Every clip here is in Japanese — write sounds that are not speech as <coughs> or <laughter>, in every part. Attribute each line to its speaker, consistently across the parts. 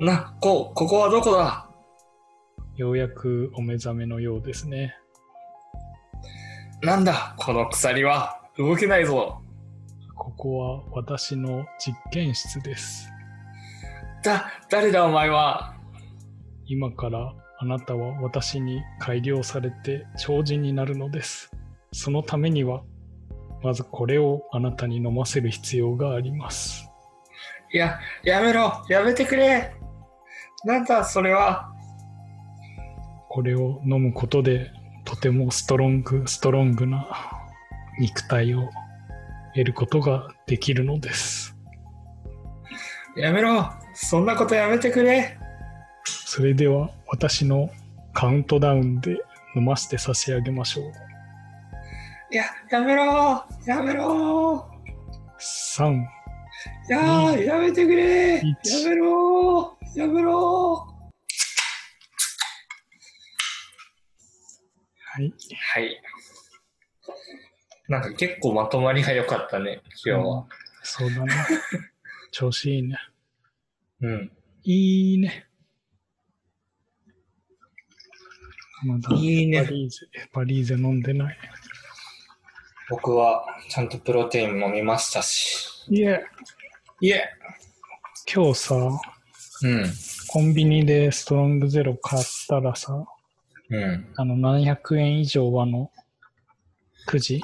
Speaker 1: な、こ、ここはどこだ
Speaker 2: ようやくお目覚めのようですね。
Speaker 1: なんだ、この鎖は動けないぞ。
Speaker 2: ここは私の実験室です。
Speaker 1: だ、誰だお前は。
Speaker 2: 今からあなたは私に改良されて超人になるのです。そのためには、まずこれをあなたに飲ませる必要があります。
Speaker 1: いや、やめろ、やめてくれ。なんだ、それは。
Speaker 2: これを飲むことで、とてもストロング、ストロングな肉体を得ることができるのです。
Speaker 1: やめろ、そんなことやめてくれ。
Speaker 2: それでは私のカウントダウンで飲ませて差し上げましょう。
Speaker 1: いや、やめろ、やめろ。
Speaker 2: 3、
Speaker 1: いやー、やめてくれ。や
Speaker 2: 一
Speaker 1: めろ、やめろ。
Speaker 2: はい。
Speaker 1: はい。なんか結構まとまりが良かったね、今日は。
Speaker 2: そうだね。 <laughs> 調子いいね。
Speaker 1: うん。
Speaker 2: いいね。まだ
Speaker 1: いいね
Speaker 2: パリーゼ、パリーゼ飲んでない。
Speaker 1: 僕はちゃんとプロテインも見ましたし。
Speaker 2: いえ、
Speaker 1: いえ。
Speaker 2: 今日さ、
Speaker 1: うん。
Speaker 2: コンビニでストロングゼロ買ったらさ、
Speaker 1: うん。
Speaker 2: あの、700円以上はのくじ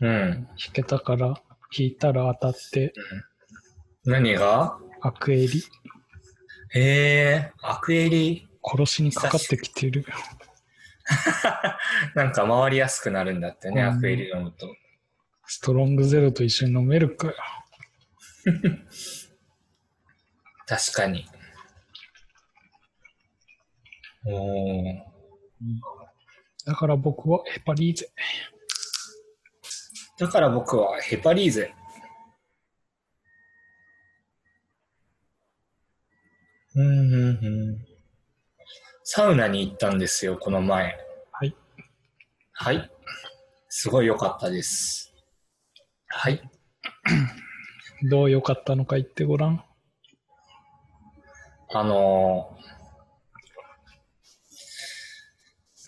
Speaker 1: うん。
Speaker 2: 引けたから、引いたら当たって、
Speaker 1: 何が
Speaker 2: アクエリ、
Speaker 1: えー、アクエリ。
Speaker 2: 殺しにかかってきてる。
Speaker 1: なんか回りやすくなるんだってね、
Speaker 2: うん
Speaker 1: アクエリ飲むと。
Speaker 2: ストロングゼロと一緒に飲めるかよ。
Speaker 1: 確かに。おー。
Speaker 2: だから僕はヘパリーゼ。
Speaker 1: だから僕はヘパリーゼ。うんうんうん。サウナに行ったんですよ、この前。
Speaker 2: はい。
Speaker 1: はい。すごい良かったです。はい。
Speaker 2: どう良かったのか言ってごらん。
Speaker 1: あのー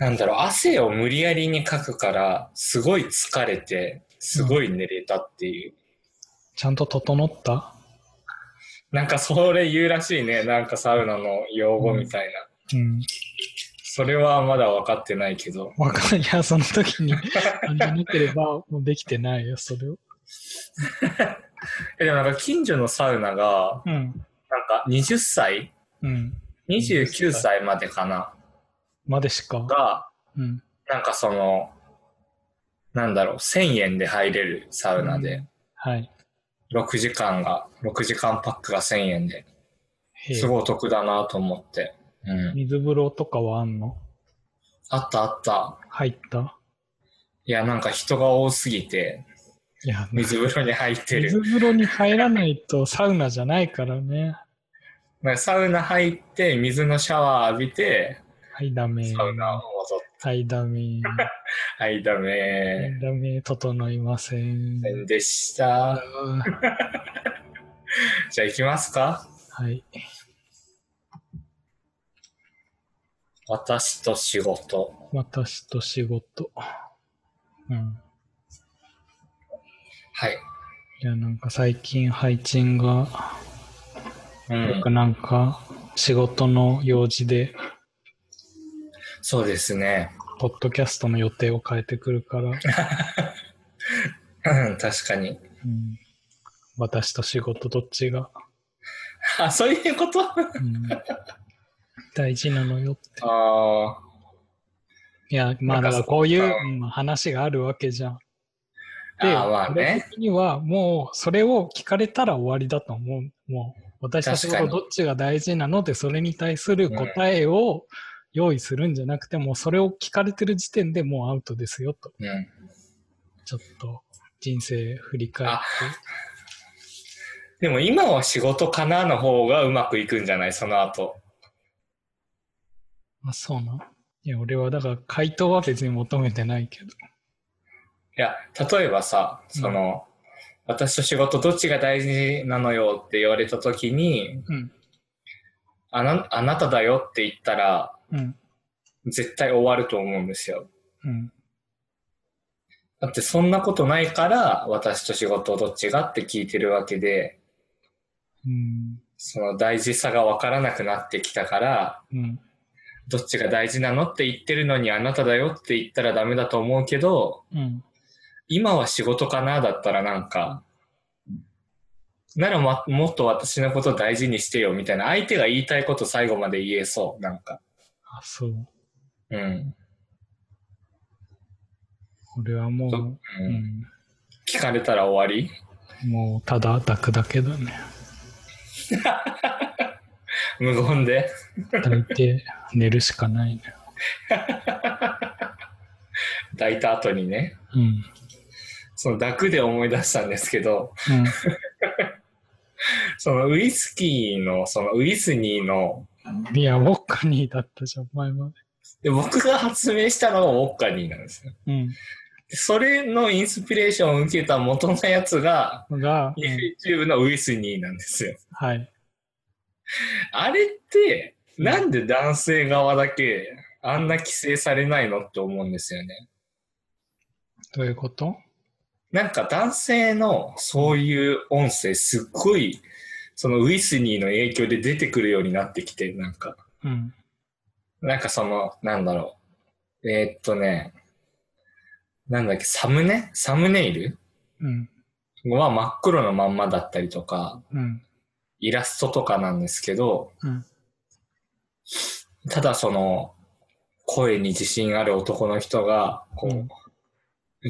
Speaker 1: なんだろう、汗を無理やりにかくから、すごい疲れて、すごい寝れたっていう。
Speaker 2: ちゃんと整った
Speaker 1: なんかそれ言うらしいね、なんかサウナの用語みたいな。
Speaker 2: うん。
Speaker 1: それはまだ分かってないけど。
Speaker 2: わかんいや、その時に感じなければ、もうできてないよ、それを。
Speaker 1: えでもなんか近所のサウナが、
Speaker 2: うん。
Speaker 1: なんか20歳
Speaker 2: うん。
Speaker 1: ?29 歳までかな
Speaker 2: までしか。
Speaker 1: が、
Speaker 2: うん。
Speaker 1: なんかその、なんだろう、1000円で入れるサウナで、
Speaker 2: はい。
Speaker 1: 6時間が、6時間パックが1000円で、
Speaker 2: へえ
Speaker 1: すごいお得だなと思って。うん。
Speaker 2: 水風呂とかはあんの
Speaker 1: あったあった。
Speaker 2: 入った
Speaker 1: いや、なんか人が多すぎて、
Speaker 2: いや、
Speaker 1: 水風呂に入って
Speaker 2: 水
Speaker 1: る。
Speaker 2: 風呂に入らないとサウナじゃないからね。
Speaker 1: なんかサウナ入って、水のシャワー浴びて、
Speaker 2: はい、ダメ。
Speaker 1: サウナを戻って、
Speaker 2: はい、ダ
Speaker 1: <laughs>
Speaker 2: メ。
Speaker 1: はい、ダ
Speaker 2: は
Speaker 1: メ
Speaker 2: いダメ、整いません。
Speaker 1: ー。でした。
Speaker 2: は
Speaker 1: じゃあ行きますか
Speaker 2: い。
Speaker 1: 私と仕事。
Speaker 2: 私と仕事。うん。
Speaker 1: はい。
Speaker 2: いや、なんか最近配信が、
Speaker 1: うん。
Speaker 2: なんか仕事の用事で、
Speaker 1: そうですね。
Speaker 2: ポッドキャストの予定を変えてくるから、
Speaker 1: うん確かに。
Speaker 2: うん、私と仕事どっちが、
Speaker 1: あ、そういうことあ
Speaker 2: うん、大事なのよって。
Speaker 1: あ
Speaker 2: いや、ま
Speaker 1: な
Speaker 2: あ
Speaker 1: んか
Speaker 2: だからこういう
Speaker 1: う
Speaker 2: うん話があるわけじゃん。
Speaker 1: ー。あーまあ
Speaker 2: 俺
Speaker 1: ね。
Speaker 2: 的にはもうそれを聞かれたら終わりだと思う。もう私と
Speaker 1: 確
Speaker 2: 仕事
Speaker 1: かに
Speaker 2: どっちが大事なのでそれに対する答えを用意するんじゃなくて、もうそれを聞かれてる時点でもうアウトですよと。
Speaker 1: うん。
Speaker 2: ちょっと人生振り返って。
Speaker 1: でも今は仕事かなの方がうまくいくんじゃないその後。
Speaker 2: あ、そうなん。いや、俺はだから回答は別に求めてないけど。
Speaker 1: いや、例えばさ、その、私と仕事どっちが大事なのよって言われた時に、
Speaker 2: うん。
Speaker 1: あな、あなただよって言ったら、
Speaker 2: うん。
Speaker 1: 絶対終わると思うんですよ。
Speaker 2: うん。
Speaker 1: だってそんなことないから、私と仕事どっちがって聞いてるわけで、
Speaker 2: うん。
Speaker 1: その大事さがわからなくなってきたから、
Speaker 2: うん。
Speaker 1: どっちが大事なのって言ってるのにあなただよって言ったらダメだと思うけど、
Speaker 2: うん。
Speaker 1: 今は仕事かなだったらなんか、ならま、もっと私のこと大事にしてよみたいな、相手が言いたいこと最後まで言えそう、なんか。
Speaker 2: あ、そう。
Speaker 1: うん。
Speaker 2: 俺はも
Speaker 1: う、
Speaker 2: う、うんん。
Speaker 1: 聞かれたら終わり
Speaker 2: もう、ただ抱くだけだね。
Speaker 1: 無言で。
Speaker 2: 抱いて寝るしかないね。
Speaker 1: 抱いた後にね。
Speaker 2: うん。
Speaker 1: その抱くで思い出したんですけど、そのウイスキーの、そのウィスニーの、
Speaker 2: うん。いや、ウォッカニーだったじゃん、前まで。
Speaker 1: で僕が発明したのがウォッカニーなんですよ。でそれのインスピレーションを受けた元のやつが、
Speaker 2: うん。が、うん
Speaker 1: YouTube のウイスニーなんですよ。
Speaker 2: はい。
Speaker 1: あれって、なんで男性側だけあんな規制されないのって思うんですよね。
Speaker 2: どういうこと
Speaker 1: なんか男性のそういう音声すっごい、そのウィスニーの影響で出てくるようになってきて、なんか、
Speaker 2: うん。
Speaker 1: なんかその、なんだろう。えーっとね、なんだっけ、サムネサムネイル
Speaker 2: うん。
Speaker 1: は真っ黒のまんまだったりとか、
Speaker 2: うん。
Speaker 1: イラストとかなんですけど、
Speaker 2: うん。
Speaker 1: ただその、声に自信ある男の人が、こう、
Speaker 2: うん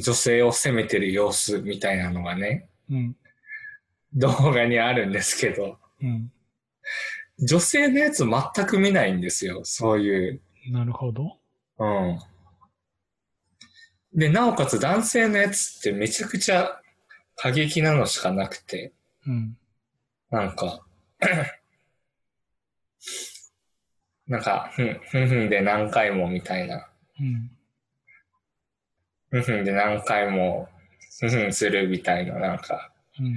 Speaker 1: 女性を責めてる様子みたいなのがね、 <laughs>
Speaker 2: うん。
Speaker 1: 動画にあるんですけど、
Speaker 2: うん。
Speaker 1: 女性のやつ全く見ないんですよ、そういう。
Speaker 2: なるほど。
Speaker 1: うん。で、なおかつ男性のやつってめちゃくちゃ過激なのしかなくて、
Speaker 2: うん。
Speaker 1: なんか、 <coughs> なんか、ふん、ふんふんで何回もみたいな。
Speaker 2: うん。
Speaker 1: ふんふんで何回も、ふんふんするみたいな、なんか。
Speaker 2: うん。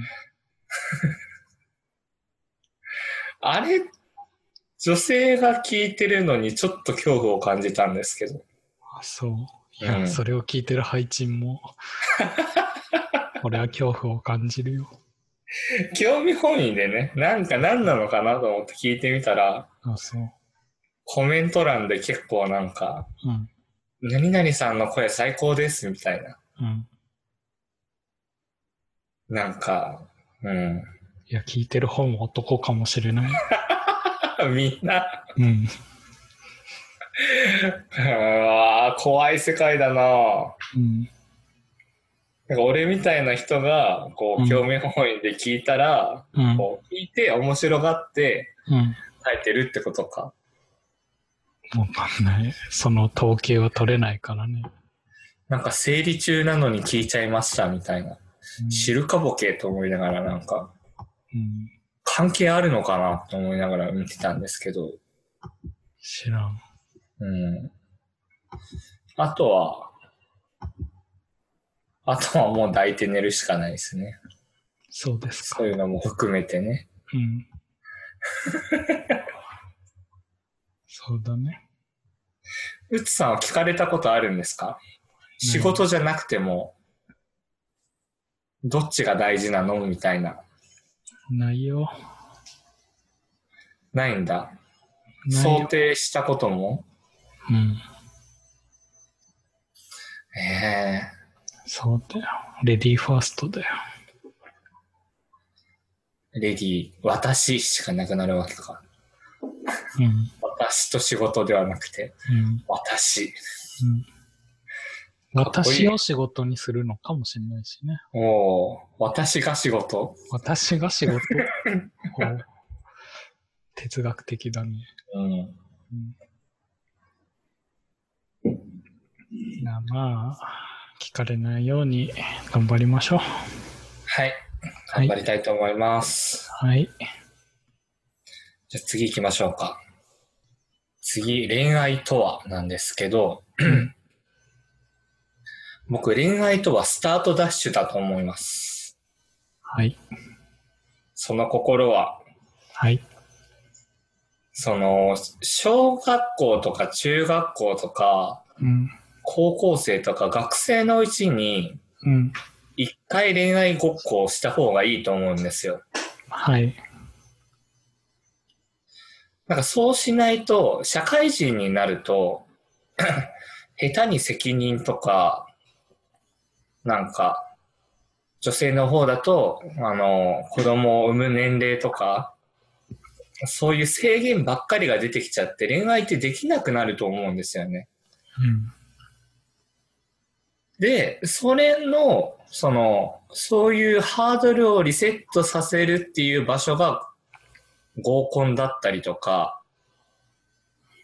Speaker 1: あれ、女性が聞いてるのにちょっと恐怖を感じたんですけど。
Speaker 2: あそう。いや、
Speaker 1: うん
Speaker 2: それを聞いてる配
Speaker 1: <laughs>
Speaker 2: 信も、俺は恐怖を感じるよ。
Speaker 1: 興味本位でね、なんか何なのかなと思って聞いてみたら、
Speaker 2: あ、そう。
Speaker 1: コメント欄で結構なんか、
Speaker 2: うん。
Speaker 1: 何々さんの声最高ですみたいな。
Speaker 2: うん。
Speaker 1: なんか、うん。
Speaker 2: いや、聞いてる方も男かもしれない。
Speaker 1: みんな、
Speaker 2: うん。
Speaker 1: うわー怖い世界だな
Speaker 2: うん。
Speaker 1: なんか俺みたいな人が、こ
Speaker 2: う
Speaker 1: う、
Speaker 2: ん
Speaker 1: 興味本位で聞いたら、
Speaker 2: うん。
Speaker 1: こう、聞いて面白がって
Speaker 2: うん。
Speaker 1: 耐えてるってことか。
Speaker 2: わかんない。その統計は取れないからね。
Speaker 1: なんか生理中なのに聞いちゃいましたみたいな。
Speaker 2: うん
Speaker 1: 知るかボケと思いながらなんか、
Speaker 2: うん。
Speaker 1: 関係あるのかなと思いながら見てたんですけど、
Speaker 2: 知らん。
Speaker 1: うん。あとは、あとはもう抱いて寝るしかないですね。
Speaker 2: そうですか。
Speaker 1: そういうのも含めてね。 <laughs>
Speaker 2: うん。そうだね。
Speaker 1: うつさんは聞かれたことあるんですか仕事じゃなくても、どっちが大事なのみたいな。
Speaker 2: ないよ。
Speaker 1: ないんだ。
Speaker 2: ない
Speaker 1: 想
Speaker 2: よ。
Speaker 1: 定したことも
Speaker 2: うん。
Speaker 1: え
Speaker 2: そうだよ。レディーファーストだよ。
Speaker 1: えレディー、私しかなくなるわけか。
Speaker 2: うん。
Speaker 1: 私と仕事ではなくて、
Speaker 2: うん。
Speaker 1: 私。
Speaker 2: う
Speaker 1: っこい
Speaker 2: ん。
Speaker 1: い
Speaker 2: 私を仕事にするのかもしれないしね。
Speaker 1: おー私が仕事
Speaker 2: 私が
Speaker 1: <laughs>
Speaker 2: 仕事ほう哲学的だね。
Speaker 1: うん。
Speaker 2: うん、なまあ、聞かれないように頑張りましょう。
Speaker 1: はい。
Speaker 2: は
Speaker 1: 頑
Speaker 2: い
Speaker 1: 張りたいと思います。
Speaker 2: はい。
Speaker 1: じゃあ次行きましょうか。次、恋愛とはなんですけど、僕、恋愛とはスタートダッシュだと思います。
Speaker 2: はい。
Speaker 1: その心は、
Speaker 2: はい。
Speaker 1: その、小学校とか中学校とか、
Speaker 2: うん。
Speaker 1: 高校生とか学生のうちに、
Speaker 2: うん。
Speaker 1: 一回恋愛ごっこをした方がいいと思うんですよ。
Speaker 2: はい。
Speaker 1: なんかそうしないと、社会人になると、 <clears throat> 下手に責任とか、なんか、女性の方だと、あの、子供を産む年齢とか、そういう制限ばっかりが出てきちゃって、恋愛ってできなくなると思うんですよね。
Speaker 2: うん。
Speaker 1: で、それの、その、そういうハードルをリセットさせるっていう場所が合コンだったりとか、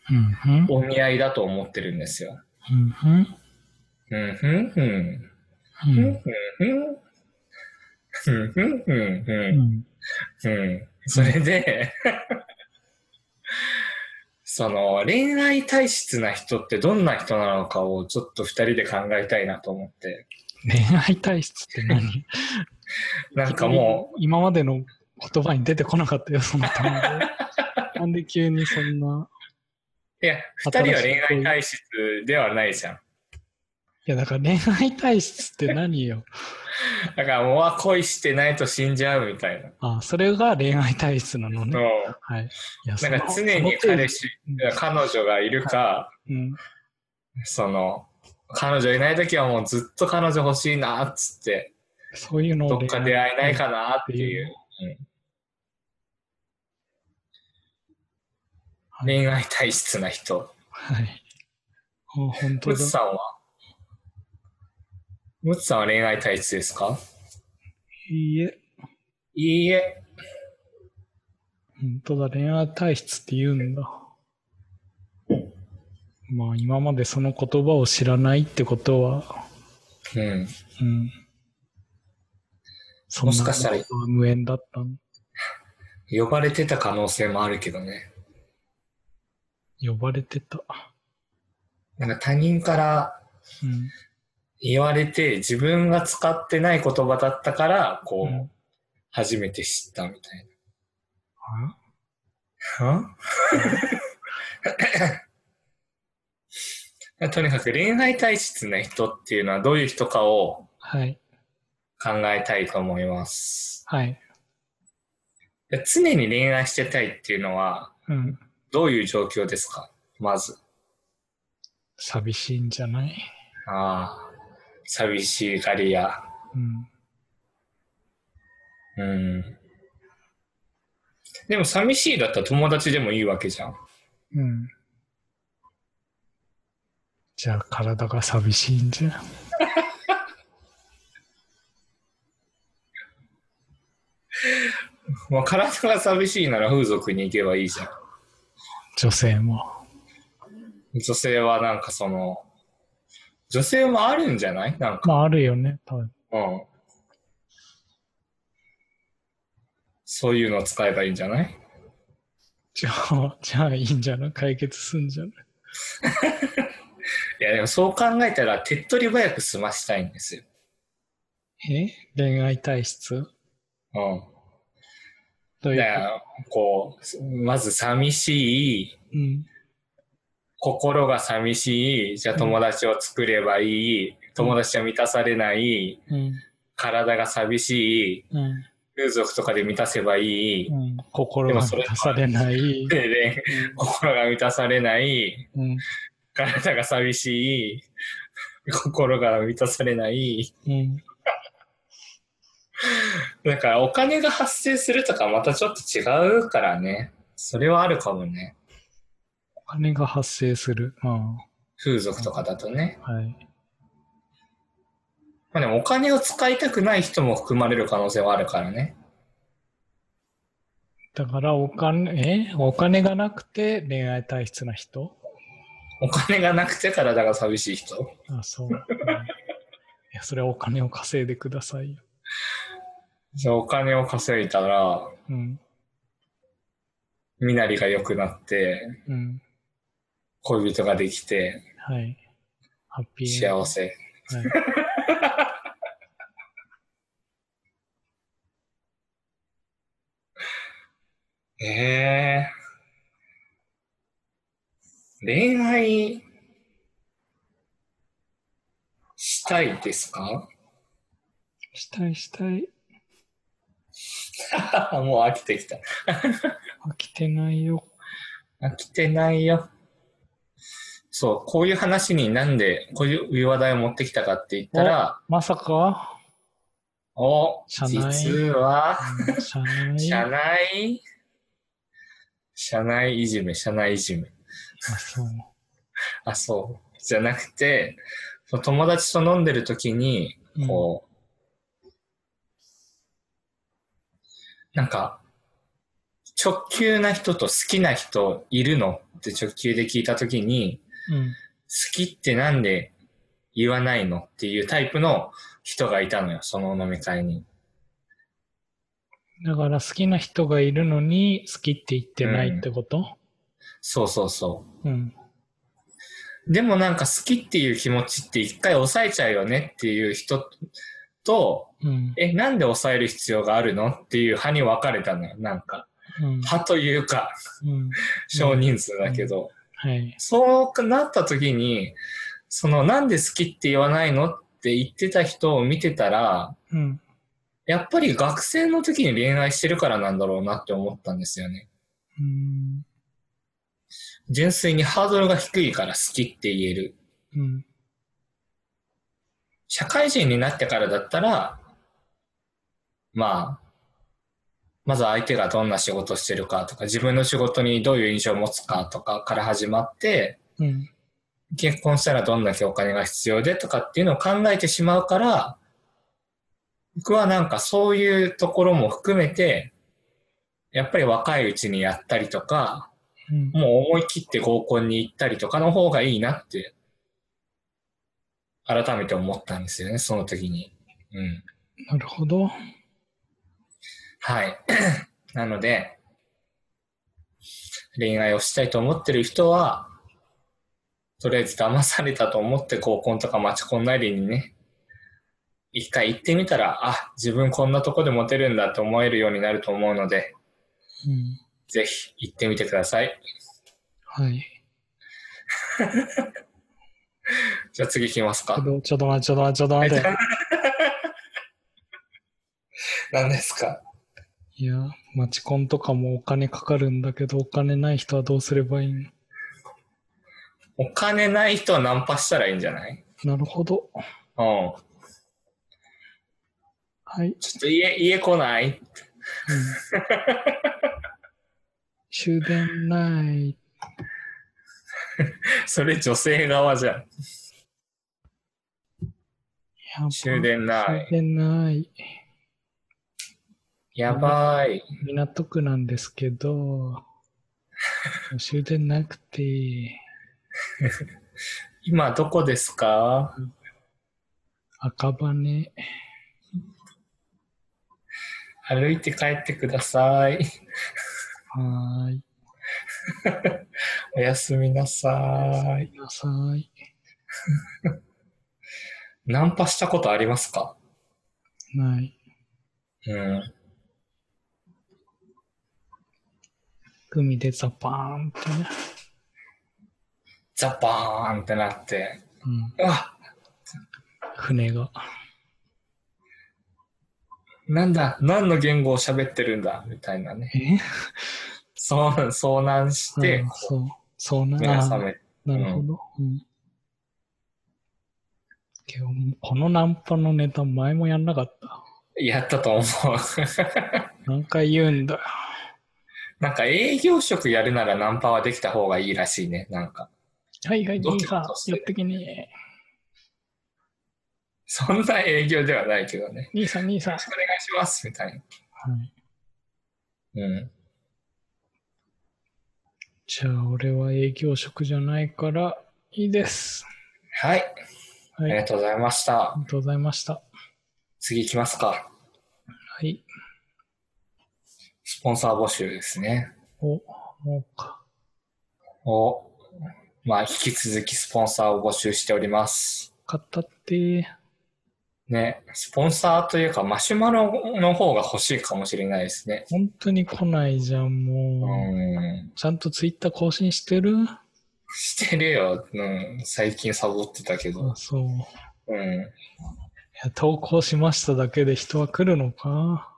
Speaker 2: うん。うん。
Speaker 1: お見合いだと思ってるんですよ。
Speaker 2: うん。
Speaker 1: うん、ふん、ふん。
Speaker 2: う
Speaker 1: ふ
Speaker 2: ん
Speaker 1: ん、。ふん、ふん。ふん、ふん、
Speaker 2: う
Speaker 1: ふん。
Speaker 2: ん。
Speaker 1: うん。それで、その、恋愛体質な人ってどんな人なのかをちょっと二人で考えたいなと思って。
Speaker 2: 恋愛体質って何
Speaker 1: なんかもう、
Speaker 2: 今までの言葉に出てこなかったよ、その単語。なんで急にそんな。
Speaker 1: いや、二人は恋愛体質ではないじゃん。
Speaker 2: いや、だから恋愛体質って何よ。 <laughs>
Speaker 1: だから、もうあ恋してないと死んじゃうみたいな。
Speaker 2: あ、それが恋愛体質なの
Speaker 1: う
Speaker 2: ね。
Speaker 1: ん。
Speaker 2: はい。いや、
Speaker 1: なんか
Speaker 2: その
Speaker 1: 常に彼。氏、
Speaker 2: その程度
Speaker 1: 彼女がいるか、
Speaker 2: うん。
Speaker 1: その、彼女いない時はもうずっと彼女欲しいなっつって、
Speaker 2: そういうの
Speaker 1: ど
Speaker 2: を
Speaker 1: っか出会えないかなっていう、
Speaker 2: 恋
Speaker 1: 恋
Speaker 2: 愛
Speaker 1: 愛体質な人。
Speaker 2: はい。あ本当
Speaker 1: ム
Speaker 2: だ
Speaker 1: ツ。さんはムツさんは恋愛体質ですか
Speaker 2: いいえ、
Speaker 1: いいえ。
Speaker 2: 本当だ。恋愛体質って言うんだ。まあ、今までその言葉を知らないってことは、
Speaker 1: うん。
Speaker 2: うん。そん
Speaker 1: も
Speaker 2: な
Speaker 1: しかしたら
Speaker 2: ことは無縁だったの
Speaker 1: 呼ばれてた可能性もあるけどね。
Speaker 2: 呼ばれてた。
Speaker 1: なんか他人から
Speaker 2: うん。
Speaker 1: 言われて自分が使ってない言葉だったからこう、
Speaker 2: うん
Speaker 1: 初めて知ったみたい
Speaker 2: あ
Speaker 1: な。 <laughs> とにかく恋愛体質な人っていうのはどういう人かを
Speaker 2: はい。
Speaker 1: 考えたいと思います。
Speaker 2: はい。
Speaker 1: で常に恋愛してたいっていうのは
Speaker 2: うん。
Speaker 1: どういう状況ですかまず。
Speaker 2: 寂しいんじゃない
Speaker 1: ああ、寂しがりや。
Speaker 2: うん。
Speaker 1: うん。でも寂しいだったら友達でもいいわけじゃん。
Speaker 2: うん。じゃあ体が寂しいんじゃん。
Speaker 1: まあ、体が寂しいなら風俗に行けばいいじゃん。
Speaker 2: 女性も。
Speaker 1: 女性はなんかその、女性もあるんじゃないなんか、
Speaker 2: まああるよね、多分。
Speaker 1: うん。そういうのを使えばいいんじゃない
Speaker 2: じゃあ、 <laughs> じゃあいいんじゃない解決すんじゃない
Speaker 1: いやでもそう考えたら手っ取り早く済ましたいんですよ。
Speaker 2: え恋愛体質ど
Speaker 1: う。
Speaker 2: うんい
Speaker 1: だ
Speaker 2: うこ
Speaker 1: から、こう、まず寂しい、
Speaker 2: とうん。
Speaker 1: 心が寂しい、じゃあ友達を作ればいい、友達は満たされない、
Speaker 2: うん。
Speaker 1: 体が寂しい、
Speaker 2: うん。
Speaker 1: 風俗とかで満たせばいい、
Speaker 2: うん。心が
Speaker 1: でもそれ
Speaker 2: 満たされない。
Speaker 1: でね心が満たされない、
Speaker 2: うん。
Speaker 1: 体が寂しい、心が満たされない。
Speaker 2: うん。
Speaker 1: だからお金が発生するとかまたちょっと違うからね。それはあるかもね。
Speaker 2: お金が発生する。うん。
Speaker 1: 風俗とかだとね。
Speaker 2: はい。
Speaker 1: まあでもお金を使いたくない人も含まれる可能性はあるからね。
Speaker 2: だからお金、えお金がなくて恋愛体質な人
Speaker 1: お金がなくて体が寂しい人。
Speaker 2: あ、そう。うんいや、それはお金を稼いでくださいよ。
Speaker 1: そうお金を稼いだら、
Speaker 2: うん。
Speaker 1: 身なりが良くなって、
Speaker 2: うん。
Speaker 1: 恋人ができて、
Speaker 2: はい。ハッピーエン
Speaker 1: 幸
Speaker 2: ド
Speaker 1: せ。
Speaker 2: はい。
Speaker 1: ええ恋愛したいですか <laughs>
Speaker 2: したいしたい。
Speaker 1: もう飽きてきた。
Speaker 2: 飽きてないよ。
Speaker 1: 飽きてないよ。そう、こういう話になんで、こういう話題を持ってきたかって言ったら、
Speaker 2: まさか
Speaker 1: お、
Speaker 2: 社内
Speaker 1: 実は、
Speaker 2: 社内
Speaker 1: 社内、社内いじめ、社内いじめ。
Speaker 2: あそう
Speaker 1: あ、そう。じゃなくて、その友達と飲んでる時に、
Speaker 2: うん
Speaker 1: こう、なんか、直球な人と好きな人いるのって直球で聞いたときに、
Speaker 2: うん。
Speaker 1: 好きってなんで言わないのっていうタイプの人がいたのよ、その飲み会に。
Speaker 2: だから好きな人がいるのに好きって言ってないってこと、
Speaker 1: そうそうそ
Speaker 2: うん、
Speaker 1: う。でもなんか好きっていう気持ちって一回抑えちゃうよねっていう人と、
Speaker 2: うん。うん。
Speaker 1: え、なんで抑える必要があるのっていう派に分かれたのよ、なんか。派というか、
Speaker 2: うん。
Speaker 1: 少人数だけど。
Speaker 2: はい。
Speaker 1: そうなった時に、そのなんで好きって言わないのって言ってた人を見てたら、
Speaker 2: うん。
Speaker 1: やっぱり学生の時に恋愛してるからなんだろうなって思ったんですよね。
Speaker 2: うん。
Speaker 1: 純粋にハードルが低いから好きって言える。
Speaker 2: うん。
Speaker 1: 社会人になってからだったら、まあ、まず相手がどんな仕事してるかとか、自分の仕事にどういう印象を持つかとかから始まって、
Speaker 2: うん。
Speaker 1: 結婚したらどんだけお金が必要でとかっていうのを考えてしまうから、僕はなんかそういうところも含めて、やっぱり若いうちにやったりとか、
Speaker 2: うん。
Speaker 1: もう思い切って合コンに行ったりとかの方がいいなって、改めて思ったんですよね、その時に。うん。
Speaker 2: なるほど。
Speaker 1: はい。 <clears throat> なので、恋愛をしたいと思ってる人は、とりあえず騙されたと思って合コンとかマチコンなりにね、一回行ってみたら、あ、自分こんなとこでモテるんだって思えるようになると思うので、
Speaker 2: うん。
Speaker 1: ぜひ行ってみてください。
Speaker 2: はい。
Speaker 1: じゃあ次行きます
Speaker 2: ちょ
Speaker 1: か
Speaker 2: っ。とちょっと待って、ちょっと待って、ちょっと待って。
Speaker 1: 何ですか
Speaker 2: いや、マチコンとかもお金かかるんだけど、お金ない人はどうすればいいの
Speaker 1: お金ない人はナンパしたらいいんじゃない
Speaker 2: なるほど。
Speaker 1: うん。
Speaker 2: はい。
Speaker 1: <laughs> ちょっと家、家来ない
Speaker 2: うん終電ない。
Speaker 1: それ女性側じゃん。
Speaker 2: やば
Speaker 1: 終電ない。
Speaker 2: 終電ない。
Speaker 1: やばい。
Speaker 2: 港区なんですけ
Speaker 1: <laughs>
Speaker 2: ど、終電なくて、
Speaker 1: 今どこですか
Speaker 2: 赤羽、
Speaker 1: 歩いて帰ってください。
Speaker 2: はーい。
Speaker 1: おやすみなさい。
Speaker 2: ください。
Speaker 1: ナンパしたことありますか
Speaker 2: ない。
Speaker 1: うん。
Speaker 2: 海でザパーンってね。
Speaker 1: ザバーンってなって。
Speaker 2: うん。
Speaker 1: うわ、
Speaker 2: 船が。
Speaker 1: なんだ、何の言語を喋ってるんだ、みたいなね。
Speaker 2: え
Speaker 1: そう、遭難して
Speaker 2: あ、そう。そうな
Speaker 1: 目が覚め
Speaker 2: なるほど。うん。けど、このナンパのネタ前もやんなかった。
Speaker 1: やったと思う。
Speaker 2: 何回言うんだよ。
Speaker 1: なんか営業職やるならナンパはできた方がいいらしいね。なんか。
Speaker 2: はいはい、
Speaker 1: どっ
Speaker 2: 兄
Speaker 1: ち
Speaker 2: さん、
Speaker 1: どっち
Speaker 2: 寄ってきね
Speaker 1: そんな営業ではないけどね。よ
Speaker 2: 兄さん、兄さん。
Speaker 1: ろしくお願いします、みたい
Speaker 2: はい。
Speaker 1: な。うん。
Speaker 2: じゃあ、俺は営業職じゃないから、いいです。
Speaker 1: はい。あ
Speaker 2: はい。
Speaker 1: り
Speaker 2: あ
Speaker 1: がとうございました。
Speaker 2: りがとうございました。
Speaker 1: 次行きますか。
Speaker 2: はい。
Speaker 1: スポンサー募集ですね。
Speaker 2: お、もうか。
Speaker 1: を、まあ、引き続きスポンサーを募集しております。
Speaker 2: 片手。
Speaker 1: ね、スポンサーというか、マシュマロの方が欲しいかもしれないですね。
Speaker 2: 本当に来ないじゃん、
Speaker 1: う
Speaker 2: もう。
Speaker 1: ん。
Speaker 2: ちゃんとツイッター更新してる
Speaker 1: してるよ。うん。最近サボってたけど
Speaker 2: あ。そう。
Speaker 1: う
Speaker 2: い
Speaker 1: ん。
Speaker 2: や、投稿しましただけで人は来るのか。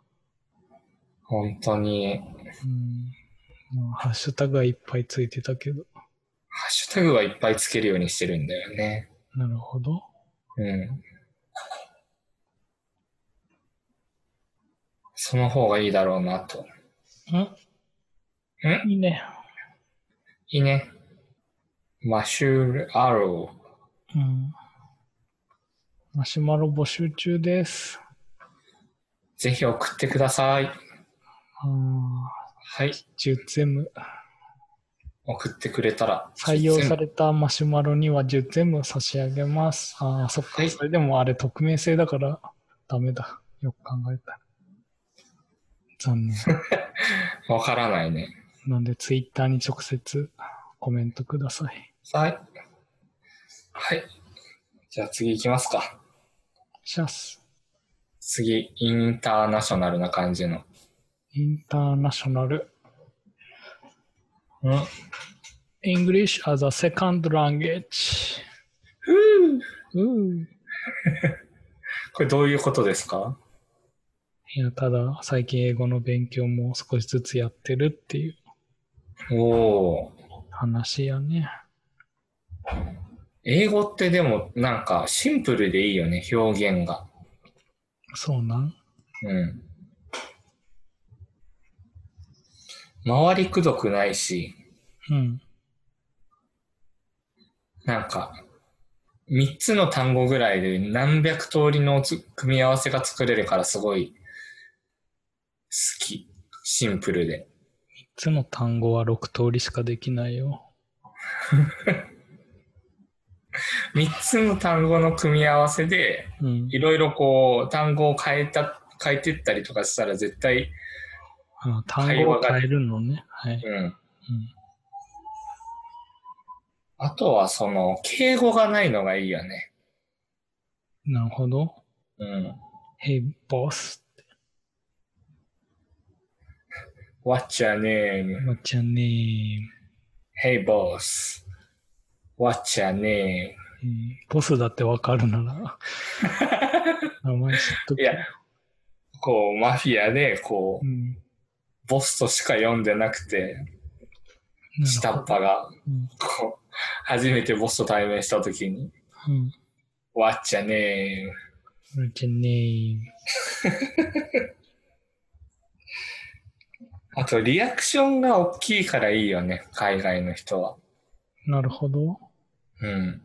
Speaker 1: 本当に。
Speaker 2: うん。まあハッシュタグはいっぱいついてたけど。
Speaker 1: ハッシュタグはいっぱいつけるようにしてるんだよね。
Speaker 2: なるほど。
Speaker 1: うん。その方がいいだろうなと。
Speaker 2: んいいね。
Speaker 1: いいね。マシュルアロー。
Speaker 2: うん。マシュマロ募集中です。
Speaker 1: ぜひ送ってください。
Speaker 2: ああ、
Speaker 1: はい。
Speaker 2: 10ゼム。
Speaker 1: 送ってくれたら。
Speaker 2: 採用されたマシュマロには10全部差し上げます。ああ、そっか。
Speaker 1: はい
Speaker 2: それでもあれ匿名性だからダメだ。よく考えたら。残 <laughs> 念。
Speaker 1: わからないね。
Speaker 2: なんでツイッターに直接コメントください。
Speaker 1: はい。はい。じゃあ次行きますか。
Speaker 2: シャス。
Speaker 1: 次、インターナショナルな感じの。
Speaker 2: インターナショナル。
Speaker 1: うん。
Speaker 2: English as a second language. うー
Speaker 1: これどういうことですか
Speaker 2: いや、ただ最近英語の勉強も少しずつやってるっていう
Speaker 1: おおー。
Speaker 2: 話やね。
Speaker 1: 英語ってでもなんかシンプルでいいよね、表現が。
Speaker 2: そうなん
Speaker 1: うん。回りくどくないし、
Speaker 2: うん。
Speaker 1: なんか、3つの単語ぐらいで何百通りのつ組み合わせが作れるからすごい好き。シンプルで。
Speaker 2: いつも単語は6通りしかできないよ。
Speaker 1: 3つの単語の組み合わせで、
Speaker 2: うん
Speaker 1: いろいろこう、単語を変えた、変えてったりとかしたら絶対、
Speaker 2: あ単語を変えるのね。はい。
Speaker 1: うん。あとはその、敬語がないのがいいよね。
Speaker 2: うん、なるほど。
Speaker 1: うん。
Speaker 2: Hey, boss.
Speaker 1: What's your name?
Speaker 2: What's your name?
Speaker 1: Hey boss. What's your name?
Speaker 2: うんボスだってわかるなら。
Speaker 1: <laughs>
Speaker 2: 名前知っと
Speaker 1: い
Speaker 2: け。
Speaker 1: や、こう、マフィアで、こ
Speaker 2: う
Speaker 1: う、
Speaker 2: ん。
Speaker 1: ボスとしか読んでなくて、下っ
Speaker 2: なる
Speaker 1: 端が、
Speaker 2: ほどうん
Speaker 1: こう、初めてボスと対面したときに、
Speaker 2: うん。
Speaker 1: What's your name?
Speaker 2: What's your name?
Speaker 1: あと、リアクションが大きいからいいよね、海外の人は。
Speaker 2: なるほど。
Speaker 1: うん。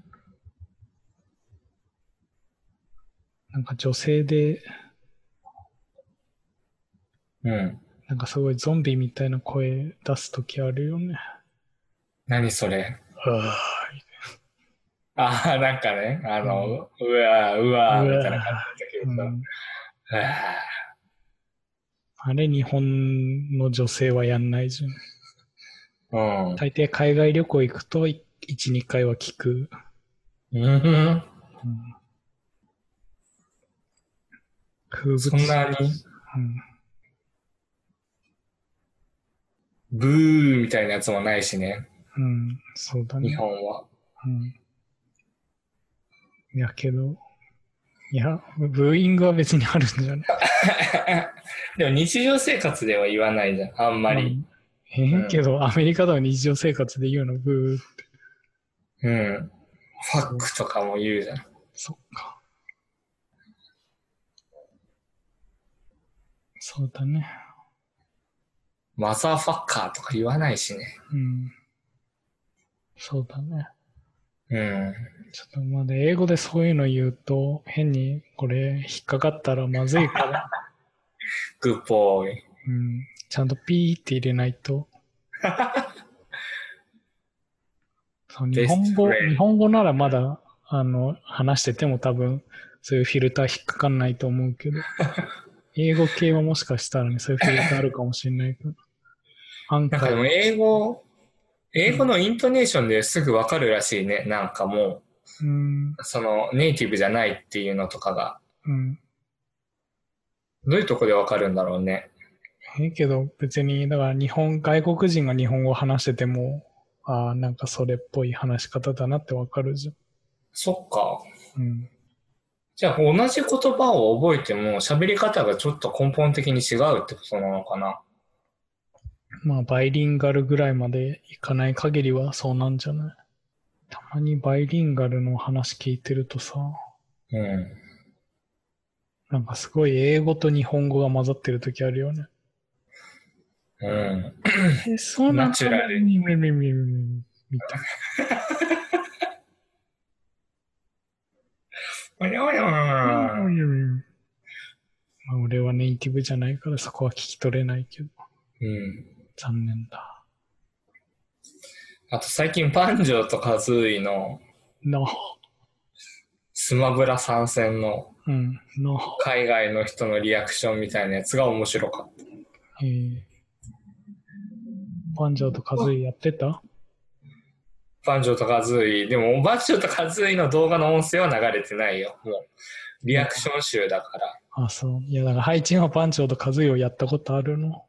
Speaker 2: なんか女性で、
Speaker 1: うん。
Speaker 2: なんかすごいゾンビみたいな声出すときあるよね。
Speaker 1: 何それ
Speaker 2: は
Speaker 1: ああ、なんかね、あの、うわー、うわー、みたいな感じ
Speaker 2: ーい
Speaker 1: だけど、う
Speaker 2: うん
Speaker 1: わー
Speaker 2: あれ日本の女性はやんないじゃん。
Speaker 1: うん。
Speaker 2: 大抵海外旅行行くと1、2回は聞く。
Speaker 1: <sighs> うん。
Speaker 2: うん風物詩
Speaker 1: そんなに、
Speaker 2: うん
Speaker 1: ブーみたいなやつもないしね、
Speaker 2: うん、そうだ
Speaker 1: 日
Speaker 2: ね。
Speaker 1: 本は。 <laughs>
Speaker 2: うん。やけど、いや、ブーイングは別にあるんじゃない
Speaker 1: でも日常生活では言わないじゃん、あんまり。
Speaker 2: うんええ
Speaker 1: うん
Speaker 2: けど、アメリカでは日常生活で言うの、ブー。
Speaker 1: うん。ファックとかも言うじゃん。
Speaker 2: そっか。そうだね。
Speaker 1: マザーファッカーとか言わないしね。
Speaker 2: うん。そうだね。
Speaker 1: うん。
Speaker 2: ちょっとまだ英語でそういうの言うと、変にこれ引っかかったらまずいから、
Speaker 1: グッボーイ。
Speaker 2: うん、ちゃんとピーって入れないと。そう日本語、
Speaker 1: Best friend
Speaker 2: 日本語ならまだ、あの、話してても多分、そういうフィルター引っかかんないと思うけど、英語系はもしかしたらね、そういうフィルターあるかもしれないから。なん
Speaker 1: なんかでも英語、英語のイントネーションですぐわかるらしいね。なんかも
Speaker 2: うん、
Speaker 1: う、そのネイティブじゃないっていうのとかが。
Speaker 2: うん。
Speaker 1: どういうとこでわかるんだろうね。
Speaker 2: ええけど、別に、だから日本、外国人が日本語を話してても、ああ、なんかそれっぽい話し方だなってわかるじ
Speaker 1: そっか。
Speaker 2: ゃん。うん。
Speaker 1: じゃあ、同じ言葉を覚えても、喋り方がちょっと根本的に違うってことなのかな。
Speaker 2: まあ、バイリンガルぐらいまでいかない限りはそうなんじゃないたまにバイリンガルの話聞いてるとさ、
Speaker 1: うん。
Speaker 2: なんかすごい英語と日本語が混ざってる時あるよね。
Speaker 1: うん。
Speaker 2: え、そう
Speaker 1: なだ
Speaker 2: なん
Speaker 1: ナチュラル
Speaker 2: みみみみみみたいな。
Speaker 1: おにょおにょ
Speaker 2: うんまあ、俺はネイティブじゃないからそこは聞き取れないけど、
Speaker 1: うん。
Speaker 2: 残念だ。
Speaker 1: あと最近、パンジョーとカズーイの
Speaker 2: の、
Speaker 1: スマブラ参戦の
Speaker 2: うん、の、
Speaker 1: 海外の人のリアクションみたいなやつが面白かった。
Speaker 2: えー、パンジョーとカズイやってた
Speaker 1: パンジョーとカズーイ、でもパンジョーとカズーイの動画の音声は流れてないよ。もう、リアクション集だから。
Speaker 2: あ、そう。いや、だから配置はパンジョーとカズイをやったことあるの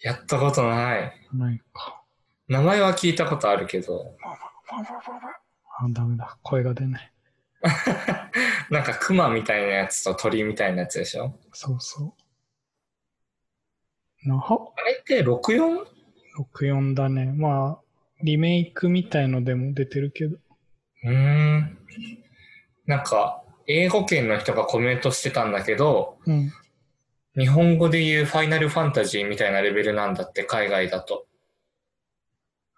Speaker 1: やったことない。
Speaker 2: ないか。
Speaker 1: 名前は聞いたことあるけど、
Speaker 2: あ、ダメだ。声が出ない。
Speaker 1: なんかクマみたいなやつと鳥みたいなやつでしょ
Speaker 2: そうそう。のほ。
Speaker 1: あれって 64?
Speaker 2: 64だね。まあ、リメイクみたいのでも出てるけど。
Speaker 1: うーん。なんか、英語圏の人がコメントしてたんだけど、
Speaker 2: うん。
Speaker 1: 日本語で言うファイナルファンタジーみたいなレベルなんだって、海外だと。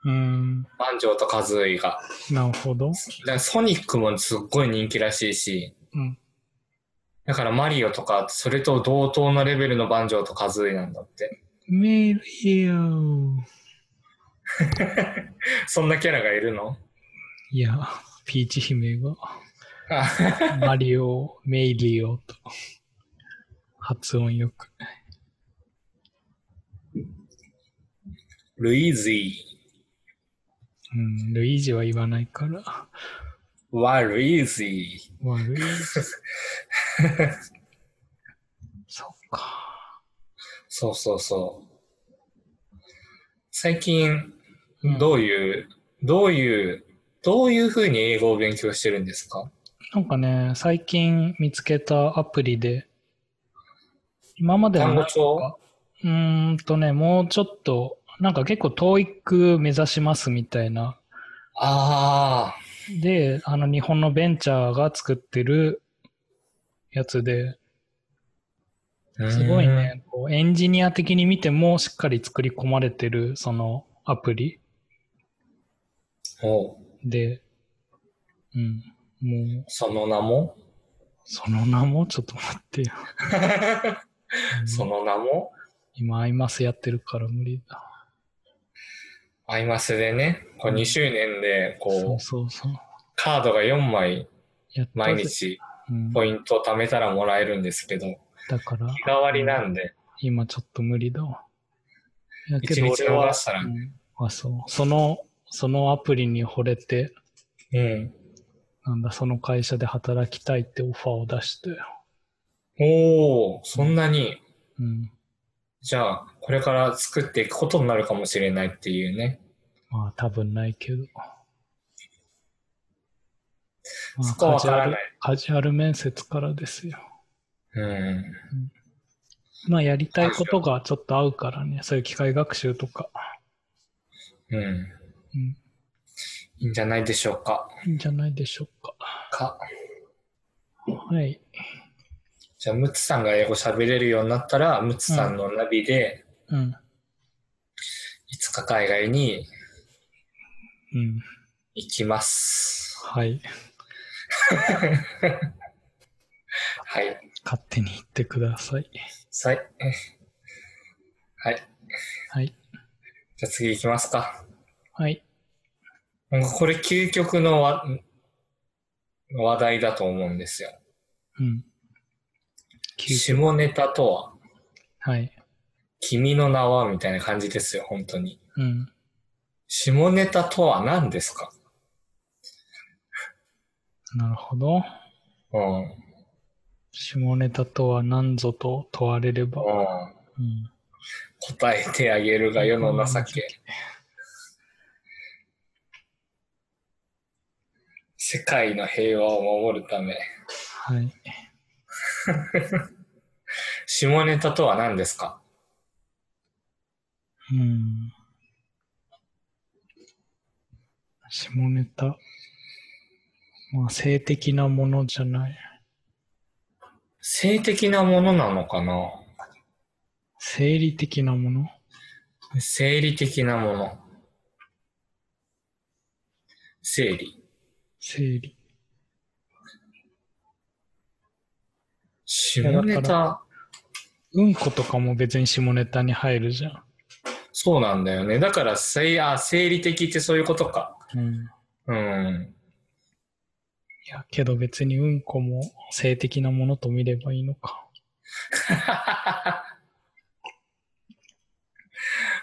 Speaker 2: うーん。
Speaker 1: 万丈とカズーイが。
Speaker 2: なるほど。
Speaker 1: だからソニックもすっごい人気らしいし、
Speaker 2: うん。
Speaker 1: だからマリオとか、それと同等のレベルの万丈とカズーイなんだって。
Speaker 2: メールイヤー。
Speaker 1: そんなキャラがいるの
Speaker 2: いや、ピーチ姫が
Speaker 1: あ
Speaker 2: マリオ、メイリオと発音よく。
Speaker 1: ルイーズイ。
Speaker 2: うん、ルイージは言わないから
Speaker 1: はルイーズイ。
Speaker 2: 悪 <laughs> い。そっか。
Speaker 1: そうそうそう。最近
Speaker 2: うん、
Speaker 1: どういう、どういう、どういうふうに英語を勉強してるんですか
Speaker 2: なんかね、最近見つけたアプリで、今までは
Speaker 1: 単
Speaker 2: な
Speaker 1: 語
Speaker 2: んか
Speaker 1: 帳
Speaker 2: うーんとね、もうちょっと、なんか結構 TOEIC 目指しますみたいな。
Speaker 1: ああ、
Speaker 2: で、あの日本のベンチャーが作ってるやつで、
Speaker 1: うん
Speaker 2: すごい。ね、こうエンジニア的に見てもしっかり作り込まれてるそのアプリ
Speaker 1: お
Speaker 2: で、うん、もう
Speaker 1: その名も
Speaker 2: その名もちょっと待って
Speaker 1: <laughs>
Speaker 2: よ。
Speaker 1: その名も
Speaker 2: 今、アイマスやってるから無理だ。
Speaker 1: アイマスでね、こう2周年で、
Speaker 2: そ
Speaker 1: こ
Speaker 2: う
Speaker 1: う、
Speaker 2: そうそう。
Speaker 1: カードが4枚
Speaker 2: やった
Speaker 1: 毎
Speaker 2: ぜ
Speaker 1: 日
Speaker 2: うん、
Speaker 1: ポイントを貯めたらもらえるんですけど、
Speaker 2: だから、
Speaker 1: 日替わりなんで、
Speaker 2: 今ちょっと無理だわ。いや
Speaker 1: 1日
Speaker 2: 俺は
Speaker 1: 逃したら
Speaker 2: う、んあ、そう。その、そのアプリに惚れて、
Speaker 1: うん。
Speaker 2: なんだ、その会社で働きたいってオファーを出して、
Speaker 1: おお、そんなに。
Speaker 2: うん。
Speaker 1: じゃあ、これから作っていくことになるかもしれないっていうね。
Speaker 2: まあ、多分ないけど。まあ
Speaker 1: そこは
Speaker 2: カ
Speaker 1: わ
Speaker 2: ジ
Speaker 1: か
Speaker 2: ュア
Speaker 1: ら
Speaker 2: ル
Speaker 1: ない。
Speaker 2: カジュアル面接からですよ。
Speaker 1: うん。
Speaker 2: まあ、やりたいことがちょっと合うからね、そういう機械学習とか。
Speaker 1: うん。
Speaker 2: うん
Speaker 1: いいんじゃないでしょうか。
Speaker 2: いいんじゃないでしょうか。
Speaker 1: か。
Speaker 2: はい。
Speaker 1: じゃあ、ムツさんが英語喋れるようになったら、ムツさんのナビで、
Speaker 2: うん。
Speaker 1: いつか海外に
Speaker 2: うん。
Speaker 1: 行きます。
Speaker 2: はい。
Speaker 1: はい。
Speaker 2: 勝手に言ってください。
Speaker 1: さい。はい。
Speaker 2: はい。
Speaker 1: じゃあ次行きますか。
Speaker 2: はい。
Speaker 1: なんかこれ究極のわ話題だと思うんですよ。
Speaker 2: うん。9
Speaker 1: 下ネタとは、
Speaker 2: はい。
Speaker 1: 君の名はみたいな感じですよ、本当に。
Speaker 2: うん。
Speaker 1: 下ネタとは何ですか
Speaker 2: なるほど。
Speaker 1: うん。うん。
Speaker 2: 下ネタとは何ぞと問われれば。うん。
Speaker 1: 答えてあげるが世の情け。世界の平和を守るため。
Speaker 2: はい。
Speaker 1: 下ネタとは何ですか
Speaker 2: うん。下ネタ。まあ、性的なものじゃない。
Speaker 1: 性的なものなのかな
Speaker 2: 生理的なもの
Speaker 1: 生理的なもの。生理。
Speaker 2: 生理。
Speaker 1: 下
Speaker 2: いや
Speaker 1: ネ
Speaker 2: だか
Speaker 1: タ。
Speaker 2: うんことかも別に下ネタに入るじゃん。
Speaker 1: そうなんだよね。だから、生あ生理的ってそういうことか。
Speaker 2: うん。
Speaker 1: うん。
Speaker 2: いや、けど別にうんこも性的なものと見ればいいのか。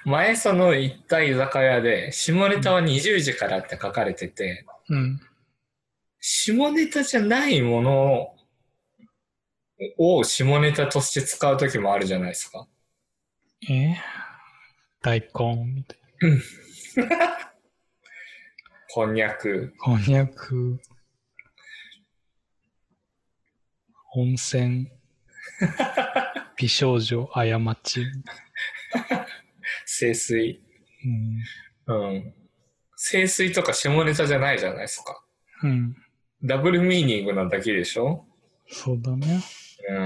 Speaker 1: 前その行った居酒屋で、下ネタは20時からって書かれてて、
Speaker 2: うん。
Speaker 1: 下ネタじゃないものを下ネタとして使う時もあるじゃないですか。
Speaker 2: え大根みたい
Speaker 1: こんにゃく、
Speaker 2: な。こんにゃく。温泉。美少女過ち。
Speaker 1: 清水。
Speaker 2: うん。
Speaker 1: うん。清水とか下ネタじゃないじゃないですか。
Speaker 2: うん。
Speaker 1: ダブルミーニングなだけでしょ
Speaker 2: そうだね。
Speaker 1: うん。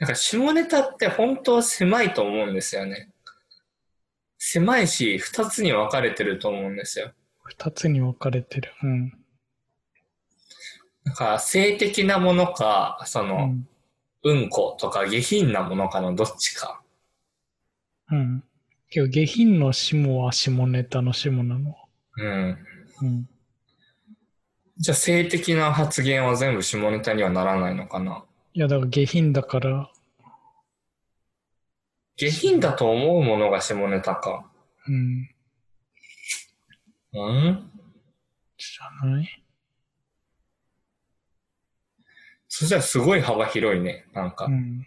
Speaker 1: なんか下ネタって本当は狭いと思うんですよね。狭いし、二つに分かれてると思うんですよ。
Speaker 2: 二つに分かれてる。うん。
Speaker 1: なんか性的なものか、そうの、
Speaker 2: ん。
Speaker 1: うんことか下品なものかのどっちか。
Speaker 2: うん。けど下品の下は下ネタの下なの。
Speaker 1: うん。
Speaker 2: うん。
Speaker 1: じゃあ性的な発言は全部下ネタにはならないのかない
Speaker 2: や、だから下品だから、
Speaker 1: 下品だと思うものが下ネタか。
Speaker 2: うん。
Speaker 1: うん
Speaker 2: じゃない
Speaker 1: そしたらすごい幅広いね。なんか
Speaker 2: う。ん。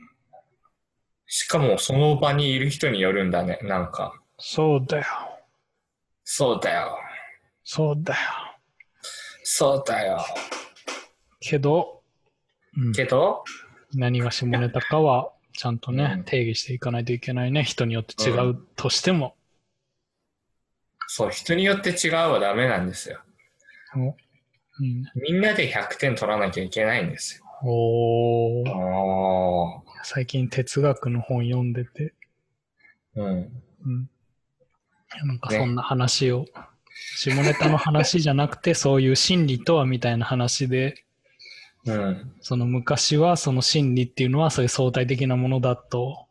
Speaker 1: しかもその場にいる人によるんだね。なんか。
Speaker 2: そうだよ。
Speaker 1: そうだよ。
Speaker 2: そうだよ。
Speaker 1: そうだよ。
Speaker 2: けど、うん
Speaker 1: けど、
Speaker 2: 何が下ネタかは、ちゃんとね、
Speaker 1: うん
Speaker 2: 定義していかないといけないね。人によって違うとしても。
Speaker 1: そう、人によって違うはダメなんですよ。
Speaker 2: おうん。
Speaker 1: みんなで100点取らなきゃいけないんですよ。
Speaker 2: おー
Speaker 1: あ
Speaker 2: 最近哲学の本読んでて、
Speaker 1: あ。うん。
Speaker 2: うん。なんか
Speaker 1: ね
Speaker 2: そんな話を、下ネタの話じゃなく
Speaker 1: <laughs>
Speaker 2: て、そういう心理とはみたいな話で、
Speaker 1: うん。
Speaker 2: その昔はその心理っていうのはそういう相対的なものだと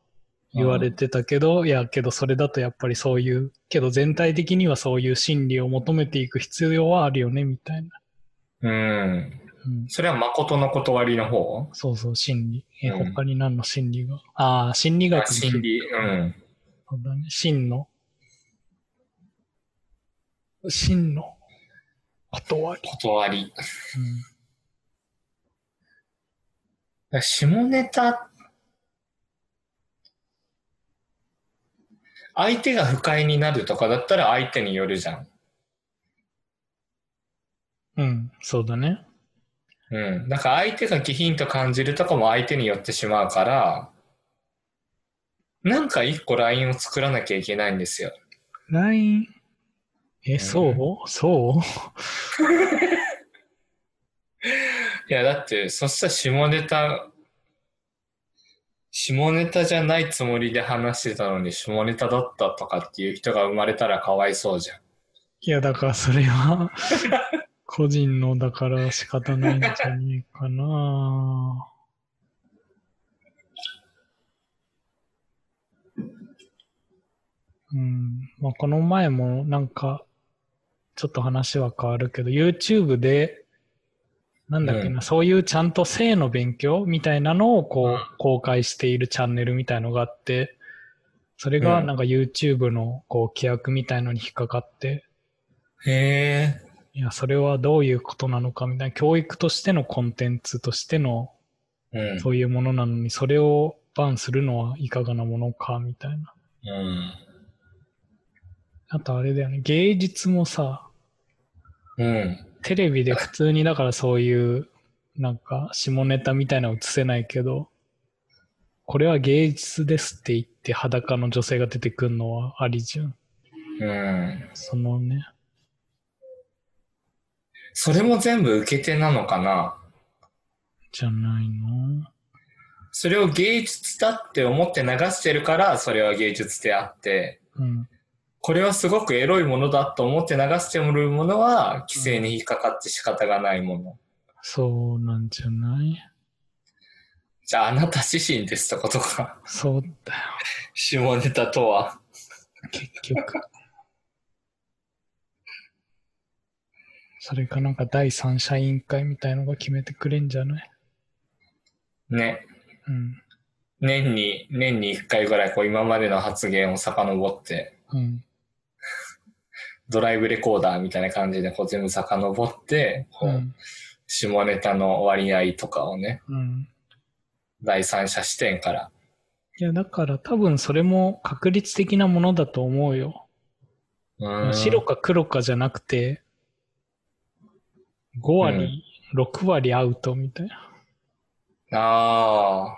Speaker 2: 言われてたけど、いやけどそれだとやっぱりそういうけど全体的にはそういう心理を求めていく必要はあるよねみたいな、
Speaker 1: うん。
Speaker 2: うん、
Speaker 1: それは誠の断りの方
Speaker 2: そうそう心理え
Speaker 1: うん
Speaker 2: 他に何の心理が、ああ心理学
Speaker 1: あ
Speaker 2: の
Speaker 1: 心理。うん。
Speaker 2: そうだね真の真の断り、
Speaker 1: 断り。下ネタ、相手が不快になるとかだったら相手によるじゃん。
Speaker 2: うん、うん、そうだね
Speaker 1: うん。なんか相手が気品と感じるとかも相手によってしまうから、なんか一個ラインを作らなきゃいけないんですよ。
Speaker 2: LINE え、
Speaker 1: ん
Speaker 2: そうそう
Speaker 1: いや、だって、そしたら下ネタ、下ネタじゃないつもりで話してたのに下ネタだったとかっていう人が生まれたらかわいそうじゃん。
Speaker 2: いや、だからそれは、個人のだから仕方ないんじゃねえかな。うん。まあ、この前もなんか、ちょっと話は変わるけど、YouTube で、なんだっけな、
Speaker 1: う
Speaker 2: そういうちゃんと性の勉強みたいなのをこう、
Speaker 1: うん
Speaker 2: 公開しているチャンネルみたいのがあって、それが
Speaker 1: うん
Speaker 2: なんか YouTube のこう規約みたいのに引っかかって、
Speaker 1: へえ。
Speaker 2: いや、それはどういうことなのかみたいな、教育としてのコンテンツとしての、
Speaker 1: うん。
Speaker 2: そういうものなのに、それをバンするのはいかがなものかみたいな。
Speaker 1: うん。
Speaker 2: あとあれだよね、芸術もさ、
Speaker 1: うん。
Speaker 2: テレビで普通にだからそういうなんか下ネタみたいなの映せないけどこれは芸術ですって言って裸の女性が出てくるのはありじゃん
Speaker 1: うん。
Speaker 2: そのね
Speaker 1: それも全部受け手なのかな
Speaker 2: じゃないの
Speaker 1: それを芸術だって思って流してるから、それは芸術であって、
Speaker 2: うん
Speaker 1: これはすごくエロいものだと思って流してもらうものは、規制に引っかかって仕方がないもの。
Speaker 2: そうなんじゃない
Speaker 1: じゃあ、あなた自身ですとことか。
Speaker 2: そうだよ
Speaker 1: <laughs> 下ネタとは。
Speaker 2: 結局。それかなんか第三者委員会みたいのが決めてくれんじゃない
Speaker 1: ね。
Speaker 2: うん。
Speaker 1: 年に、年に1回ぐらい、こう、今までの発言を遡って、
Speaker 2: うん。
Speaker 1: ドライブレコーダーみたいな感じで、こう、全部遡って、こ
Speaker 2: う
Speaker 1: う、
Speaker 2: ん。
Speaker 1: 下ネタの割合とかをね、
Speaker 2: うん。
Speaker 1: 第三者視点から。
Speaker 2: いや、だから多分それも確率的なものだと思うよ。
Speaker 1: うん
Speaker 2: 白か黒かじゃなくて、5割、6割アウトみたいな。
Speaker 1: ああ。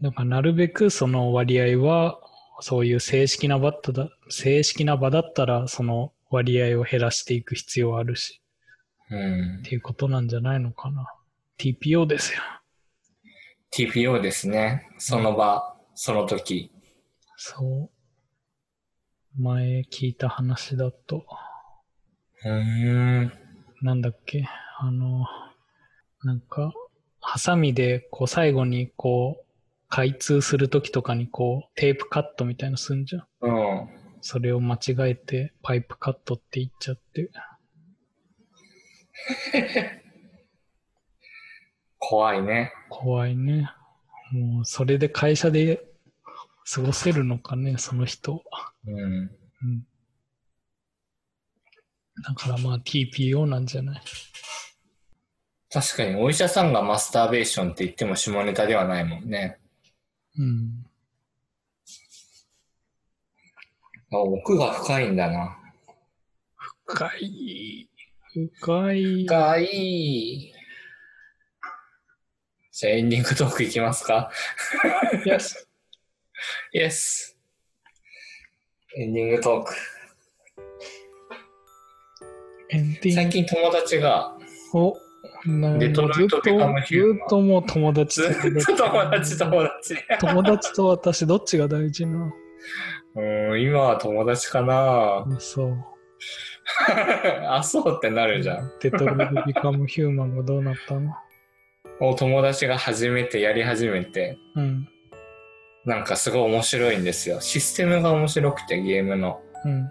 Speaker 2: だからなるべくその割合は、そういう正式な場だっただ正式な場だったら、その割合を減らしていく必要はあるし。
Speaker 1: うん
Speaker 2: っ。ていうことなんじゃないのかな。TPO ですよ。
Speaker 1: TPO ですね。その場、その時。
Speaker 2: そう。前聞いた話だと、
Speaker 1: うーん。
Speaker 2: なんだっけ、あの、なんか、ハサミで、こう、最後に、こう、開通するときとかに、こう、テープカットみたいのすんじゃん。
Speaker 1: うん。
Speaker 2: それを間違えて、パイプカットって言っちゃって。
Speaker 1: 怖いね。
Speaker 2: 怖いね。もう、それで会社で過ごせるのかね、その人。
Speaker 1: うん。
Speaker 2: うん。だからまあ TPO なんじゃない
Speaker 1: 確かに、お医者さんがマスターベーションって言っても下ネタではないもんね。
Speaker 2: うん。
Speaker 1: あ奥が深いんだな。
Speaker 2: 深い。深い。
Speaker 1: 深い。じゃあエンディングトークいきますか。
Speaker 2: やす
Speaker 1: イエス。エンディングトーク。
Speaker 2: エンディン
Speaker 1: 最近友達が、
Speaker 2: グを。なん
Speaker 1: デトロイト
Speaker 2: ずっ
Speaker 1: ビカ
Speaker 2: と
Speaker 1: ムヒ
Speaker 2: ず
Speaker 1: ューマン
Speaker 2: っともう友達
Speaker 1: ずっと友達、
Speaker 2: と。
Speaker 1: 友達。
Speaker 2: 友達と私、どっちが大事な
Speaker 1: うん、今は友達かな <laughs>
Speaker 2: のそう。
Speaker 1: あ、そうってなるじゃん。
Speaker 2: デトロイトビカムヒューマンがどうなったの
Speaker 1: お友達が始めて、やり始めて、
Speaker 2: うん。
Speaker 1: なんかすごい面白いんですよ。システムが面白くて、ゲームの。
Speaker 2: うん。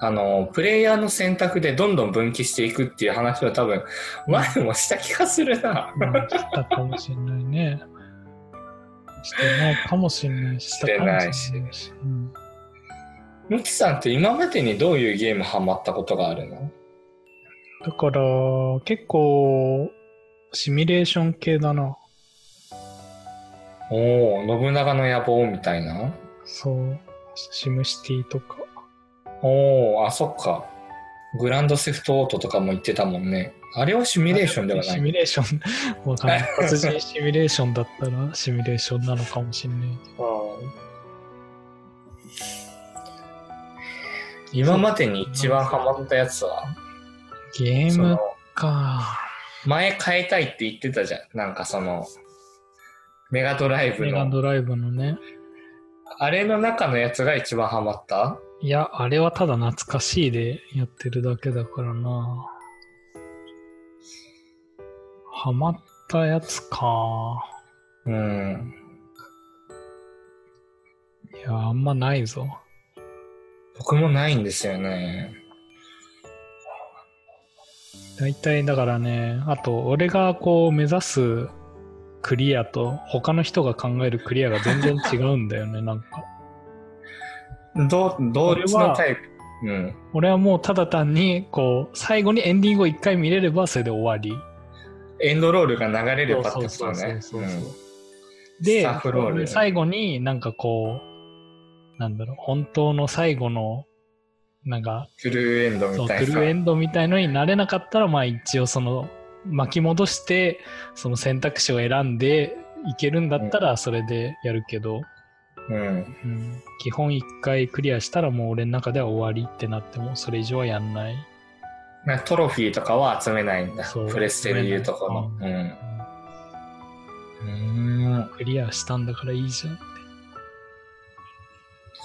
Speaker 1: あの、プレイヤーの選択でどんどん分岐していくっていう話を多分、前もした気がするな。
Speaker 2: まあ、したかもしれないね。してないかもしれないし。
Speaker 1: してないし
Speaker 2: たかもれないし。うん。
Speaker 1: ムキさんって今までにどういうゲームハマったことがあるの
Speaker 2: だから、結構、シミュレーション系だな。
Speaker 1: おお信長の野望みたいな
Speaker 2: そう。シムシティとか。
Speaker 1: おおあ、そっか。グランドセフトオートとかも言ってたもんね。あれはシミュレーションではな
Speaker 2: シ
Speaker 1: い。
Speaker 2: ミュレーション、 <laughs> わかんない。殺人シミュレーションだったら、シミュレーションなのかもしれないけど。
Speaker 1: うん今までに一番ハマったやつは、
Speaker 2: ゲー
Speaker 1: そ
Speaker 2: ム
Speaker 1: の
Speaker 2: か。
Speaker 1: 前変えたいって言ってたじゃん。なんかその、メガドライブ
Speaker 2: メガ
Speaker 1: の。
Speaker 2: ドライブのね。
Speaker 1: あれの中のやつが一番ハマった
Speaker 2: いや、あれはただ懐かしいでやってるだけだからな。ハマったやつか。
Speaker 1: うん。
Speaker 2: いや、あんまないぞ。
Speaker 1: 僕もないんですよね。
Speaker 2: 大体だからねあと俺がこう目指すクリアと他の人が考えるクリアが全然違うんだよねなんか
Speaker 1: ど、どっち
Speaker 2: 俺は
Speaker 1: のタイプうん。
Speaker 2: 俺はもうただ単にこう最後にエンディングを一回見れればそれで終わり
Speaker 1: エンドロールが流れればってこ
Speaker 2: そ
Speaker 1: と
Speaker 2: うそう
Speaker 1: ね。
Speaker 2: そうそう
Speaker 1: う
Speaker 2: そうんで
Speaker 1: スタッフロール
Speaker 2: 最後になんかこうなんだろう本当の最後のなんか、
Speaker 1: トゥルーエンド
Speaker 2: そう
Speaker 1: み
Speaker 2: ト
Speaker 1: た
Speaker 2: ゥ
Speaker 1: い
Speaker 2: ルーエ
Speaker 1: な。
Speaker 2: ンドみたいのになれなかったらまあ一応その巻き戻してその選択肢を選んでいけるんだったらそれでやるけど、
Speaker 1: うん。
Speaker 2: うん、基本1回クリアしたらもう俺の中では終わりってなってもそれ以上はやんない、
Speaker 1: なんかトロフィーとかは集めないんだ。
Speaker 2: そう
Speaker 1: プレステでいうとこの。うん。うん。
Speaker 2: クリアしたんだからいいじゃんって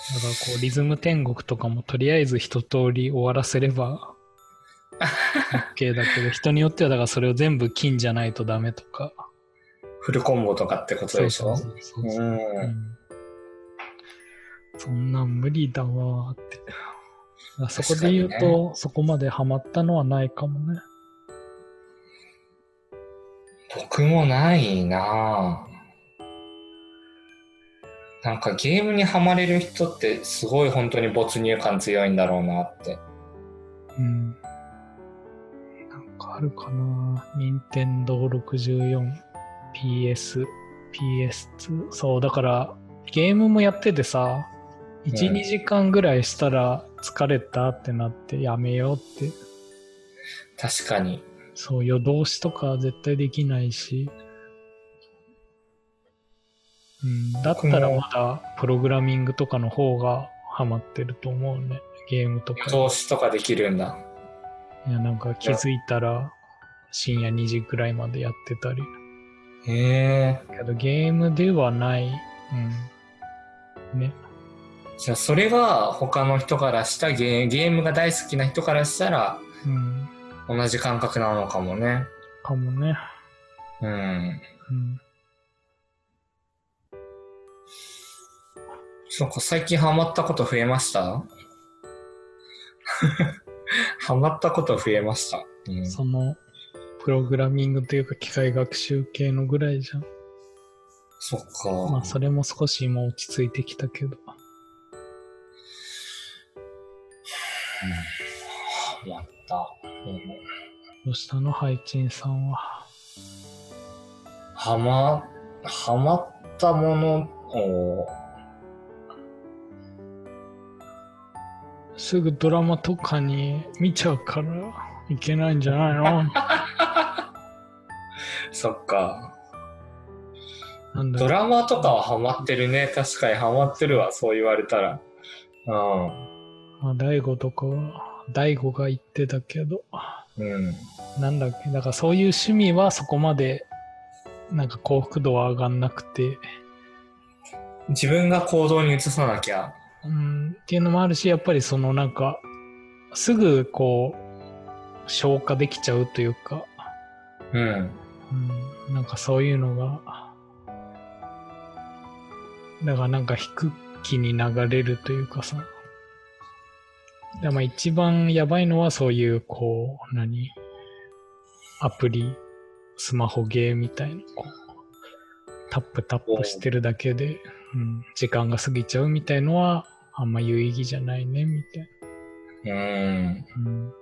Speaker 2: だからこうリズム天国とかもとりあえず一通り終わらせれば OK だけど人によってはだからそれを全部金じゃないとダメとか
Speaker 1: フルコンボとかってことでしょ
Speaker 2: そうそうそうそう
Speaker 1: う。
Speaker 2: うんんそんなん無理だわーって。あそこで言う
Speaker 1: 確か
Speaker 2: と、そこまでハマったのはないかもね。
Speaker 1: 僕もないなぁなんかゲームにはまれる人ってすごい本当に没入感強いんだろうなって。
Speaker 2: うん。なんかあるかな任天堂64、PS、PS2。そう、だからゲームもやっててさ、1、
Speaker 1: うん
Speaker 2: 2時間ぐらいしたら疲れたってなってやめようって。
Speaker 1: 確かに。
Speaker 2: そう、夜通しとか絶対できないし。うん、だったら
Speaker 1: 僕も
Speaker 2: まだプログラミングとかの方がハマってると思うね。ゲームとか。
Speaker 1: 投資とかできるんだ。
Speaker 2: いや、なんか気づいたら深夜2時くらいまでやってたり。
Speaker 1: へえ。
Speaker 2: けどゲームではない。うん。ね。
Speaker 1: じゃあそれが他の人からしたゲーゲームが大好きな人からしたら
Speaker 2: うん。
Speaker 1: 同じ感覚なのかもね。
Speaker 2: かもね。
Speaker 1: うん。
Speaker 2: うん。
Speaker 1: そっか、最近ハマったこと増えました <laughs> ハマったこと増えました。うん、
Speaker 2: その、プログラミングというか機械学習系のぐらいじゃん。
Speaker 1: そっか。
Speaker 2: まあ、それも少し今落ち着いてきたけど。
Speaker 1: ハマった。うん
Speaker 2: どうしたのハイチンさんは。
Speaker 1: はま、はまったものを、
Speaker 2: すぐドラマとかに見ちゃうからいけないんじゃないの
Speaker 1: そっか。
Speaker 2: なんだ
Speaker 1: ドラマとかはハマってるね。確かにハマってるわ、そう言われたら。うん。
Speaker 2: まあ、大悟とかは、大悟が言ってたけど、
Speaker 1: うん。
Speaker 2: なんだっけ、だからそういう趣味はそこまで、なんか幸福度は上がんなくて、
Speaker 1: 自分が行動に移さなきゃ。
Speaker 2: うん、っていうのもあるし、やっぱりそのなんか、すぐこう、消化できちゃうというか、
Speaker 1: うん。
Speaker 2: うん、なんかそういうのが、だからなんか低気に流れるというかさ、だまあ一番やばいのはそういうこう、何アプリ、スマホゲーみたいな、こうタップタップしてるだけで、うん、時間が過ぎちゃうみたいのは、あんま有意義じゃないね、みたいな。
Speaker 1: うん。
Speaker 2: うん、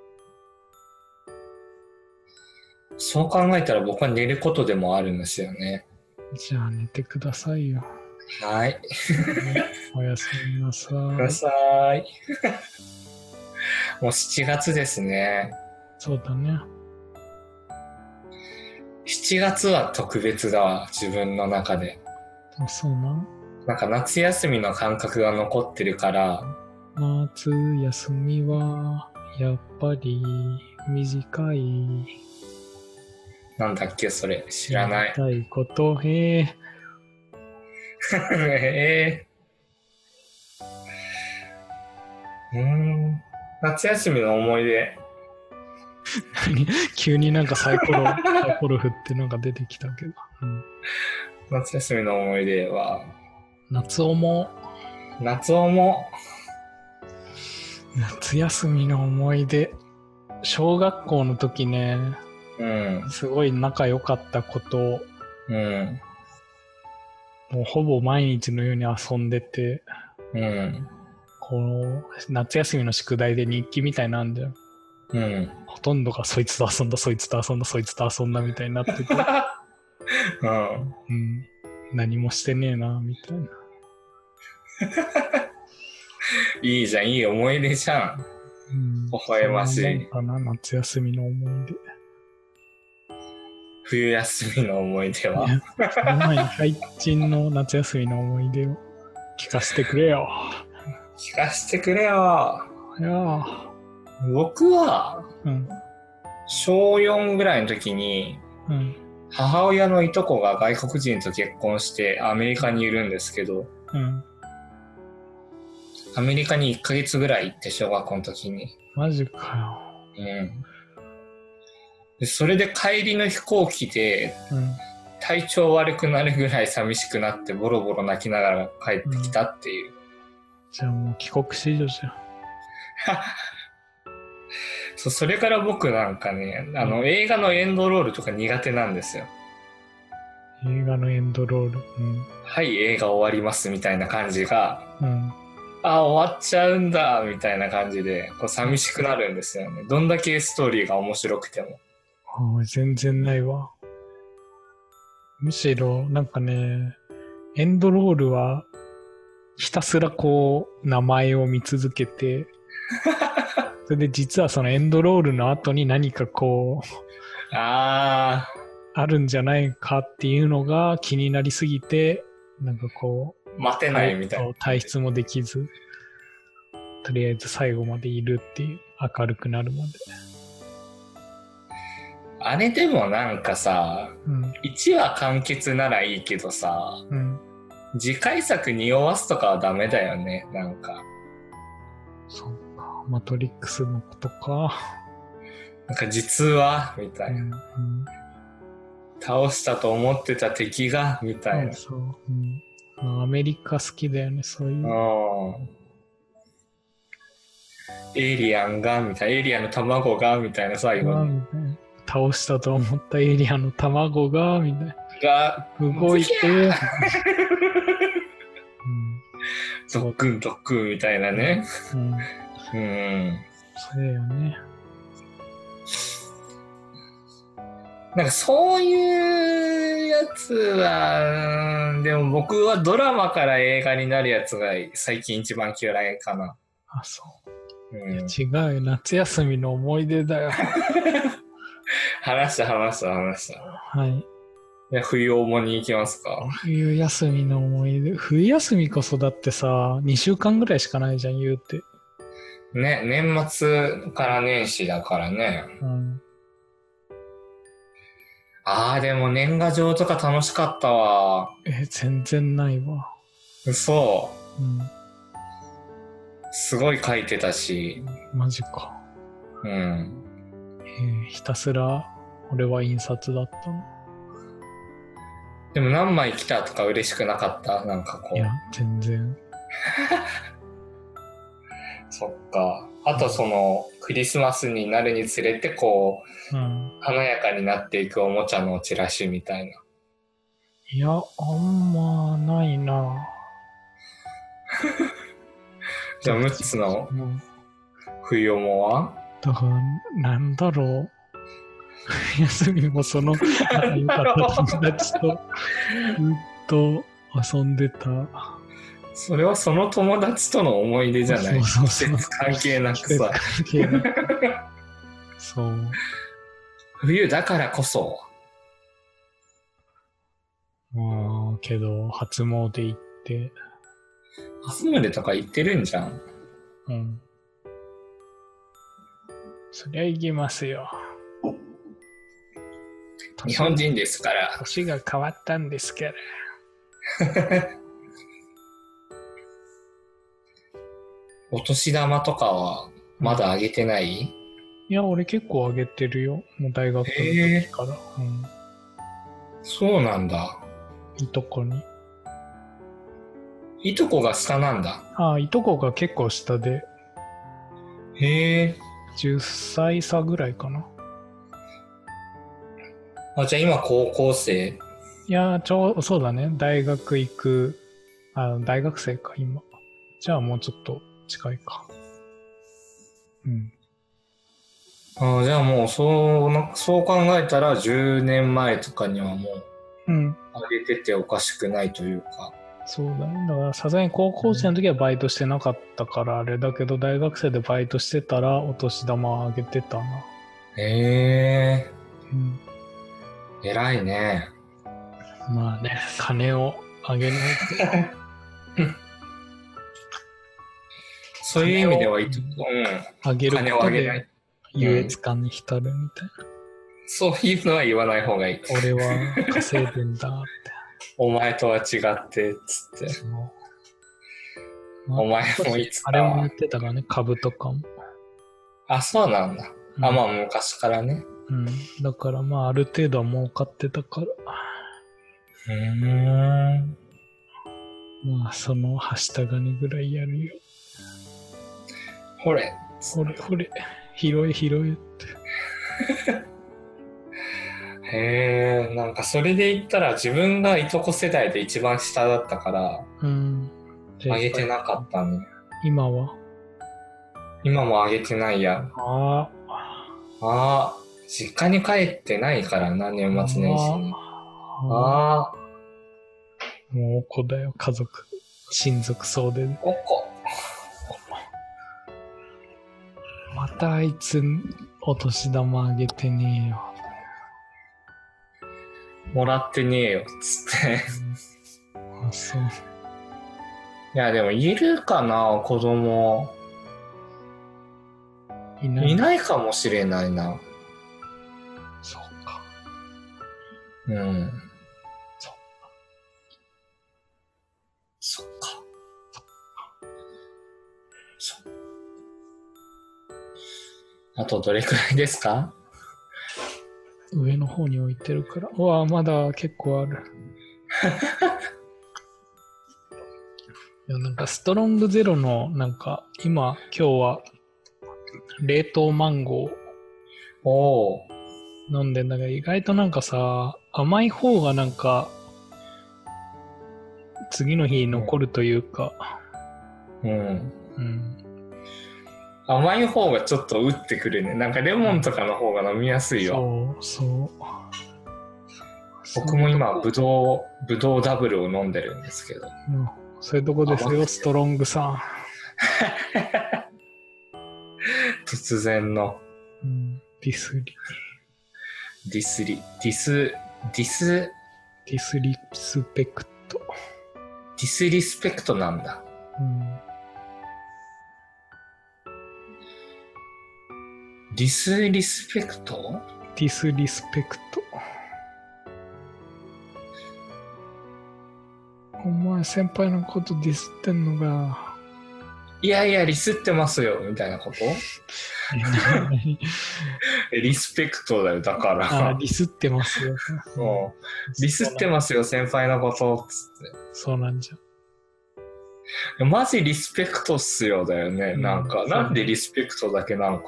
Speaker 1: そう考えたら僕は寝ることでもあるんですよね。
Speaker 2: じゃあ寝てくださいよ。
Speaker 1: はい。
Speaker 2: おやすみなさ
Speaker 1: ください。 <laughs> もう7月ですね。
Speaker 2: そうだね。
Speaker 1: 7月は特別だわ、自分の中で。
Speaker 2: あそうなん
Speaker 1: なんか夏休みの感覚が残ってるから、
Speaker 2: 夏休みはやっぱり短い
Speaker 1: なんだっけ、それ。知らな
Speaker 2: や
Speaker 1: い
Speaker 2: り。たいことへえ <laughs>
Speaker 1: <laughs> えー、うーん。夏休みの思い出。
Speaker 2: 何急になんかサ
Speaker 1: <laughs>
Speaker 2: イコロサイコロ振ってなんか出てきたけど、うん、
Speaker 1: 夏休みの思い出は、
Speaker 2: 夏思
Speaker 1: 夏をも、
Speaker 2: う夏休みの思い出小学校の時ね
Speaker 1: うん、
Speaker 2: すごい仲良かったことを
Speaker 1: うん、
Speaker 2: もうほぼ毎日のように遊んでて
Speaker 1: うん、
Speaker 2: この夏休みの宿題で日記みたいなんだよ
Speaker 1: うん。
Speaker 2: ほとんどがそいつと遊んだ、そいつと遊んだ、そいつと遊んだみたいになってて、
Speaker 1: うん。
Speaker 2: うん、何もしてねえな、みたいな。
Speaker 1: いいじゃん、いい思い出じゃん。微笑ましい
Speaker 2: そんなもんかな夏休みの思い出。
Speaker 1: 冬休みの思い出は。
Speaker 2: その前に最近の夏休みの思い出を聞かせてくれよ。
Speaker 1: 聞かせてくれよ。
Speaker 2: いやー
Speaker 1: 僕は、
Speaker 2: うん、
Speaker 1: 小4ぐらいの時に、
Speaker 2: うん、
Speaker 1: 母親のいとこが外国人と結婚してアメリカにいるんですけど、
Speaker 2: うん。
Speaker 1: アメリカに1ヶ月ぐらい行って、小学校の時に。
Speaker 2: マジか
Speaker 1: うん。でそれで帰りの飛行機で
Speaker 2: よ。うん。
Speaker 1: 体調悪くなるぐらい寂しくなってボロボロ泣きながら帰ってきたっていう。
Speaker 2: じゃあもう帰国子女じゃん。
Speaker 1: そうそれから僕なんかね、あの映画のエンドロールとか苦手なんですよ。
Speaker 2: 映画のエンドロール。うん。
Speaker 1: はい、映画終わりますみたいな感じが、
Speaker 2: うん。
Speaker 1: あ、終わっちゃうんだみたいな感じで、こう寂しくなるんですよね。どんだけストーリーが面白くても。
Speaker 2: あー全然ないわ。むしろ、なんかね、エンドロールは、ひたすらこう、名前を見続け
Speaker 1: <laughs>
Speaker 2: て、それで実はそのエンドロールの後に何かこう、
Speaker 1: あ
Speaker 2: あるんじゃないかっていうのが気になりすぎて、なんかこう、
Speaker 1: ー、待てないみたいな。
Speaker 2: 退出もできず、とりあえず最後までいるっていう、明るくなるまで。
Speaker 1: あれでもなんかさ、
Speaker 2: うん、
Speaker 1: 1話完結ならいいけどさ、
Speaker 2: うん。
Speaker 1: 次回作匂わすとかはダメだよね、なんか。
Speaker 2: そうか、マトリックスのことか。
Speaker 1: なんか実は、みた
Speaker 2: う
Speaker 1: いな。
Speaker 2: んうん
Speaker 1: 倒したと思ってた敵が、みたいな。
Speaker 2: そうそう、うんまあアメリカ好きだよね、そうい
Speaker 1: う
Speaker 2: う。
Speaker 1: ん。エイリアンが、みたいな。エイリアンの卵が、みたいな最後に。
Speaker 2: みたいな倒したと思ったエイリアンの卵が、みたいな。
Speaker 1: が、
Speaker 2: 動いて、
Speaker 1: 次
Speaker 2: うん、
Speaker 1: ドックンドックンみたいなね。
Speaker 2: うん。
Speaker 1: うん。
Speaker 2: そうだよね。
Speaker 1: なんかそういうやつは、うんでも僕はドラマから映画になるやつが最近一番嫌いかな。
Speaker 2: あ、そう。
Speaker 1: うん、
Speaker 2: 違うよ。夏休みの思い出だよ。
Speaker 1: 話した話した話した。
Speaker 2: はい。
Speaker 1: いや冬重に行きますか。
Speaker 2: 冬休みの思い出。冬休みこそだってさ、2週間ぐらいしかないじゃん、言うて。
Speaker 1: ね、年末から年始だからね。
Speaker 2: うん。
Speaker 1: ああ、でも年賀状とか楽しかったわ。
Speaker 2: え、全然ないわ。
Speaker 1: 嘘。
Speaker 2: うん。
Speaker 1: すごい書いてたし。
Speaker 2: マジか。
Speaker 1: うん。
Speaker 2: えーひたすら、俺は印刷だったの。
Speaker 1: でも何枚来たとか嬉しくなかったなんかこ
Speaker 2: いや
Speaker 1: う。、
Speaker 2: 全然。
Speaker 1: そっか。あとその、クリスマスになるにつれてこう、
Speaker 2: うん。
Speaker 1: 華やかになっていくおもちゃのチラシみたいな。
Speaker 2: いや、あんまないな。
Speaker 1: <laughs> じゃあ、ムッツの
Speaker 2: うん
Speaker 1: 冬もは
Speaker 2: だから、なんだろう。 <laughs> 休みもその、仲良かった友達と、ずっと遊んでた。
Speaker 1: それはその友達との思い出じゃない。
Speaker 2: そうそうそう
Speaker 1: 季節関係なくさ。
Speaker 2: 季節関係なくそう。
Speaker 1: 冬だからこそ。
Speaker 2: まあ、けど、初詣行って、
Speaker 1: 初詣とか行ってるんじゃん。
Speaker 2: うん。そりゃ行きますよ。
Speaker 1: 日本人ですから。
Speaker 2: 年が変わったんですから。
Speaker 1: お年玉とかはまだあげてない
Speaker 2: いや、俺結構あげてるよ。もう大学の時から。うん。
Speaker 1: そうなんだ。
Speaker 2: いとこに。
Speaker 1: いとこが下なんだ。
Speaker 2: ああ、いとこが結構下で、
Speaker 1: へえ。
Speaker 2: 10歳差ぐらいかな。
Speaker 1: あ、じゃあ今高校生。
Speaker 2: いやー、ちょう、そうだね。大学行く、あ大学生か、今。じゃあもうちょっと近いか。うん。
Speaker 1: あじゃあもうそうな、そう考えたら10年前とかにはもう
Speaker 2: うん。
Speaker 1: あげてておかしくないというか。
Speaker 2: そうだね。だからさすがに高校生の時はバイトしてなかったからあれだけど、大学生でバイトしてたらお年玉あげてたな。
Speaker 1: え
Speaker 2: うん、
Speaker 1: え偉いね。
Speaker 2: まあね、金をあげないと。
Speaker 1: そういう意味ではいと、
Speaker 2: あげ
Speaker 1: うん、
Speaker 2: る
Speaker 1: 金
Speaker 2: こ
Speaker 1: を
Speaker 2: と
Speaker 1: あげない
Speaker 2: で。優越感に浸るみたい
Speaker 1: そういうのは言わない方がいい。
Speaker 2: な。俺は稼いでんだっ。
Speaker 1: お前とは違って、つって <laughs> て。
Speaker 2: その
Speaker 1: お前もいつか
Speaker 2: あれもやってたからね、株とかも。
Speaker 1: あ、そうなんだ。あ、まあ昔からね。
Speaker 2: うん。だからまあある程度は儲かってたから、
Speaker 1: うーん。
Speaker 2: まあそのはした金ぐらいやるよ。
Speaker 1: ほれ。
Speaker 2: ほれほれ、拾え拾えって。
Speaker 1: へえ、なんかそれで言ったら自分がいとこ世代で一番下だったから、
Speaker 2: うん。
Speaker 1: あげてなかったね。
Speaker 2: 今は
Speaker 1: 今もあげてないや。
Speaker 2: ああ。
Speaker 1: ああ、実家に帰ってないからな、年末年始に。
Speaker 2: あ
Speaker 1: ああ、
Speaker 2: あ。もうお子だよ、家族。親族総出で。
Speaker 1: おこ。
Speaker 2: またあいつ、お年玉あげてねえよ。
Speaker 1: もらってねえよ、つって。
Speaker 2: あ、そう。
Speaker 1: いや、でもいるかな、子供。
Speaker 2: いない。
Speaker 1: いないかもしれないな。
Speaker 2: そうか。
Speaker 1: うん。
Speaker 2: そ
Speaker 1: そっか。そっか。あとどれくらいですか
Speaker 2: 上の方に置いてるから。うわ、まだ結構ある。 <laughs> いやなんかストロングゼロのなんか今今日は冷凍マンゴー
Speaker 1: おお。
Speaker 2: 飲んでんだけど意外となんかさ甘い方がなんか次の日残るというか、
Speaker 1: うん。
Speaker 2: うん、
Speaker 1: 甘い方がちょっと打ってくるね。なんかレモンとかの方が飲みやすいよ。
Speaker 2: そうそう
Speaker 1: 僕も今、ぶどう、ぶどうダブルを飲んでるんですけど。
Speaker 2: うんそういうとこです
Speaker 1: 甘
Speaker 2: よストロングさ
Speaker 1: 突然の
Speaker 2: ん、うん、ディスリ
Speaker 1: ディスリ、ディス、ディス、デ
Speaker 2: ディスリスペクト、
Speaker 1: ィスリスペクトなんだ。
Speaker 2: うん、
Speaker 1: ディスリスペクト
Speaker 2: ディスリスペクトお前先輩のことディスってんのが
Speaker 1: <laughs> いやいや、リスってますよ、みたいなこと <laughs> えリスペクトだよ、だか
Speaker 2: あ
Speaker 1: ら。
Speaker 2: ディスってますよ
Speaker 1: もうリスってますよ、先輩のこと、つっ
Speaker 2: そうなんじゃ。
Speaker 1: て。マジリスペクトっすよ、だよね。
Speaker 2: うん
Speaker 1: なんか、
Speaker 2: そう
Speaker 1: なんでリスペクトだけなんか、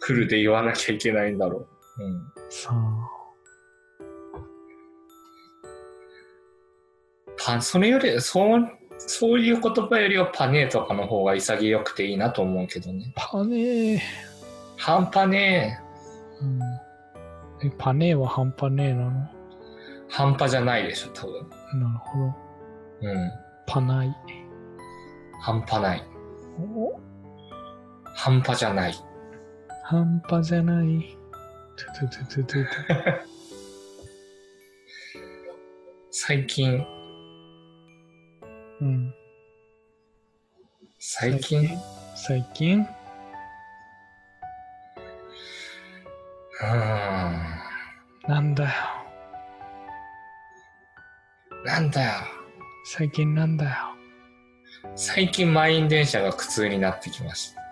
Speaker 1: 来るで言わなきゃいけないんだろう。うん。
Speaker 2: さあ。
Speaker 1: パそれより、そう、そういう言葉よりはパネーとかの方が潔くていいなと思うけどね。
Speaker 2: パネー。
Speaker 1: 半端ね
Speaker 2: うん、えパネーは半端ねえなの。な
Speaker 1: え、半端じゃないでしょ、多分。
Speaker 2: るほど。
Speaker 1: うん。
Speaker 2: パない。
Speaker 1: 半端ない。
Speaker 2: お
Speaker 1: 半端じゃない。
Speaker 2: 半端じゃない。トゥトゥトゥトゥトゥ
Speaker 1: 最近、
Speaker 2: うん。
Speaker 1: 最近、
Speaker 2: 最近
Speaker 1: うーん。
Speaker 2: なんだよ。
Speaker 1: なんだよ。
Speaker 2: 最近なんだよ。
Speaker 1: 最近満員電車が苦痛になってきました。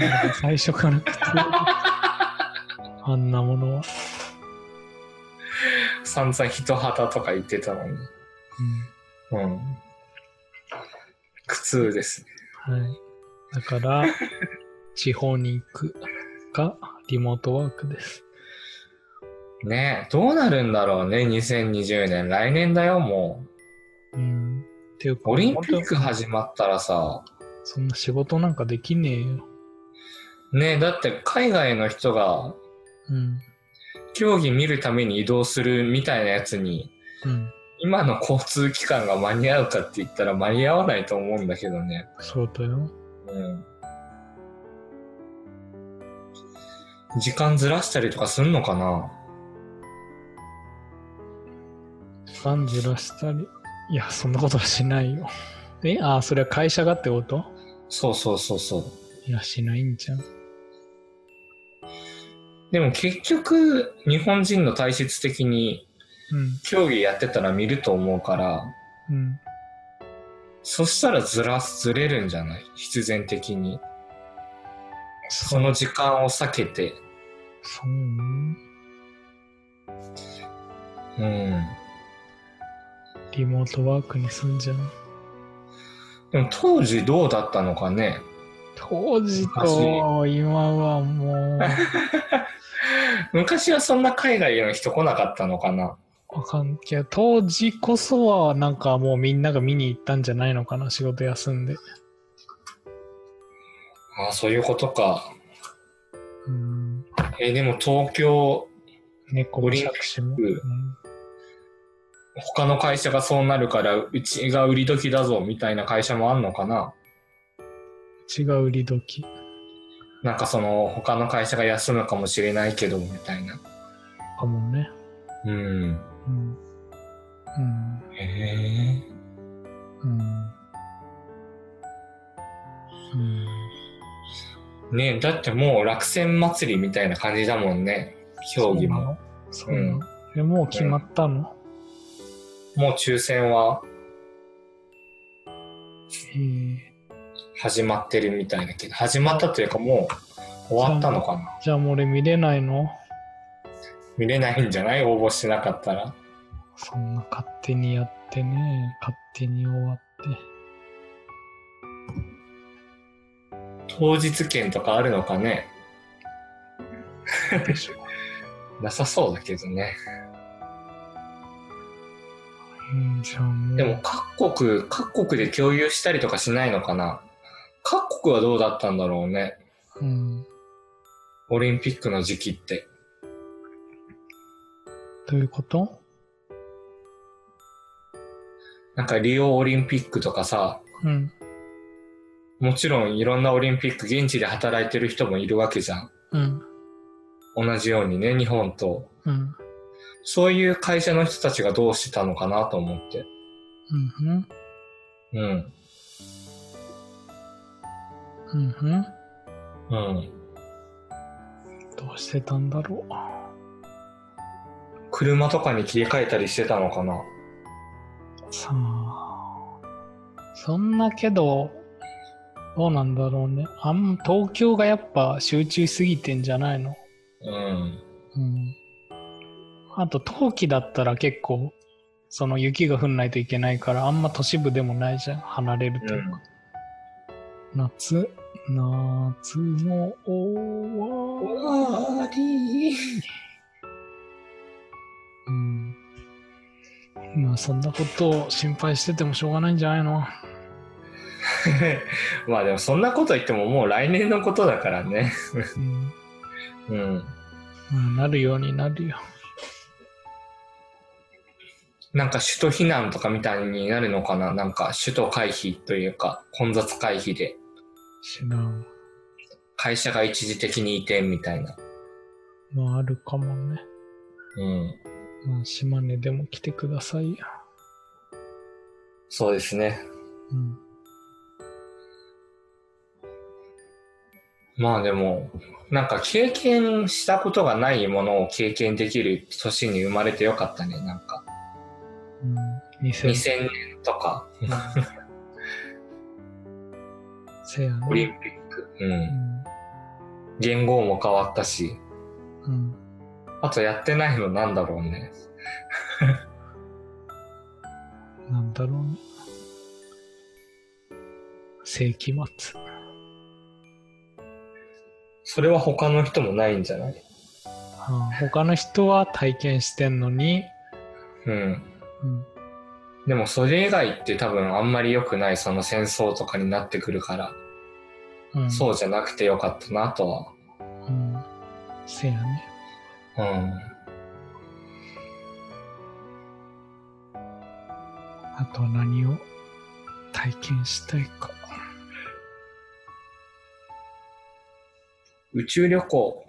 Speaker 2: なんか最初か
Speaker 1: <laughs>
Speaker 2: ら苦痛あんなものは。
Speaker 1: 散々人肌とか言ってたのに。うん。苦痛ですね。
Speaker 2: うん、はい。だから、地方に行くがリモートワークです。
Speaker 1: ねえ、どうなるんだろうね、2020年。来年だよ、も
Speaker 2: うん。っていうか、
Speaker 1: う。オリンピック始まったらさ、
Speaker 2: そんな仕事なんかできねえよ。
Speaker 1: ねえ、だって海外の人が
Speaker 2: うん。
Speaker 1: 競技見るために移動するみたいなやつに、
Speaker 2: うん。
Speaker 1: 今の交通機関が間に合うかって言ったら間に合わないと思うんだけどね。
Speaker 2: そうだよ。
Speaker 1: うん。時間ずらしたりとかするのかな
Speaker 2: 時間ずらしたり。いや、そんなことはしないよ。 <laughs> えああ、それは会社がってこと
Speaker 1: そうそうそうそう。
Speaker 2: いや、しないんじゃん。
Speaker 1: でも結局、日本人の体質的に
Speaker 2: うん。
Speaker 1: 競技やってたら見ると思うから、
Speaker 2: うん。
Speaker 1: そしたらずらす、ずれるんじゃない必然的に。その時間を避けて。
Speaker 2: そうね。
Speaker 1: うん。
Speaker 2: リモートワークにすんじゃん。
Speaker 1: でも当時どうだったのかね。
Speaker 2: 当時と今はもう、
Speaker 1: 昔はそんな海外の人来なかったのかな。
Speaker 2: わかんけど、 <laughs> 当時こそはなんかもうみんなが見に行ったんじゃないのかな、仕事休んで。
Speaker 1: ああ、そういうことか。
Speaker 2: うん。
Speaker 1: えーでも東京、
Speaker 2: 猫も作詞も。
Speaker 1: オリンピッ他の会社がそうなるから、うちが売り時だぞ、みたいな会社もあんのかな。
Speaker 2: 違う売り時。
Speaker 1: なんかその、他の会社が休むかもしれないけど、みたいな。
Speaker 2: かもね。
Speaker 1: うん。
Speaker 2: うん。うん。
Speaker 1: へえ。
Speaker 2: うん。うん。
Speaker 1: ねえだってもう落選祭りみたいな感じだもんね。競技も。
Speaker 2: そうなの。そうなのえ、もう決まったの、
Speaker 1: もう抽選は
Speaker 2: え
Speaker 1: 始まってるみたいだけど、始まったというかもう終わったのかな。
Speaker 2: ーじゃあもう俺見れないの
Speaker 1: 見れないんじゃない応募してなかったら。
Speaker 2: そんな勝手にやってね、勝手に終わって。
Speaker 1: 当日券とかあるのかね
Speaker 2: でしょ。
Speaker 1: <laughs> なさそうだけどね。
Speaker 2: うん、じゃあもう。
Speaker 1: でも各国、各国で共有したりとかしないのかな各国はどうだったんだろうね。
Speaker 2: うん。
Speaker 1: オリンピックの時期って。
Speaker 2: どういうこと
Speaker 1: なんかリオオリンピックとかさ、
Speaker 2: うん。
Speaker 1: もちろんいろんなオリンピック現地で働いてる人もいるわけじゃん。
Speaker 2: うん。
Speaker 1: 同じようにね、日本と。
Speaker 2: うん。
Speaker 1: そういう会社の人たちがどうしてたのかなと思って。
Speaker 2: うんふん。
Speaker 1: うん。
Speaker 2: うんふん。
Speaker 1: うん。
Speaker 2: どうしてたんだろう。
Speaker 1: 車とかに切り替えたりしてたのかな
Speaker 2: さあ、そんなけど、どうなんだろうね。あん、東京がやっぱ集中しすぎてんじゃないの
Speaker 1: うん。
Speaker 2: うん。あと、冬季だったら結構、その雪が降んないといけないから、あんま都市部でもないじゃん。離れると。
Speaker 1: うん
Speaker 2: 夏、夏の終わ
Speaker 1: 終わり
Speaker 2: うん。まあ、そんなことを心配しててもしょうがないんじゃないの
Speaker 1: <laughs> まあでもそんなこと言ってももう来年のことだからね。
Speaker 2: うん。
Speaker 1: うん。
Speaker 2: まあなるようになるよ。
Speaker 1: なんか首都避難とかみたいになるのかななんか首都回避というか混雑回避で
Speaker 2: 知らん。
Speaker 1: 会社が一時的に移転みたいな。
Speaker 2: まああるかもね。
Speaker 1: うん。
Speaker 2: まあ島根でも来てくださいよ。
Speaker 1: そうですね。
Speaker 2: うん。
Speaker 1: まあでも、なんか経験したことがないものを経験できる年に生まれてよかったね。なんか
Speaker 2: うん。2000
Speaker 1: 2000年とか
Speaker 2: <laughs> せやね。
Speaker 1: オリンピック。う。
Speaker 2: うんん。
Speaker 1: 言語も変わったし。
Speaker 2: うん。
Speaker 1: あとやってないのなんだろうね。
Speaker 2: なんだろうね。世紀末。
Speaker 1: それは他の人もないんじゃない
Speaker 2: ああ他の人は体験してんのに、
Speaker 1: うん。
Speaker 2: うん。
Speaker 1: でもそれ以外って多分あんまり良くないその戦争とかになってくるから、
Speaker 2: うん、
Speaker 1: そうじゃなくてよかったなと
Speaker 2: うん。せやね。
Speaker 1: は。うん。
Speaker 2: あとは何を体験したいか。
Speaker 1: 宇宙旅行。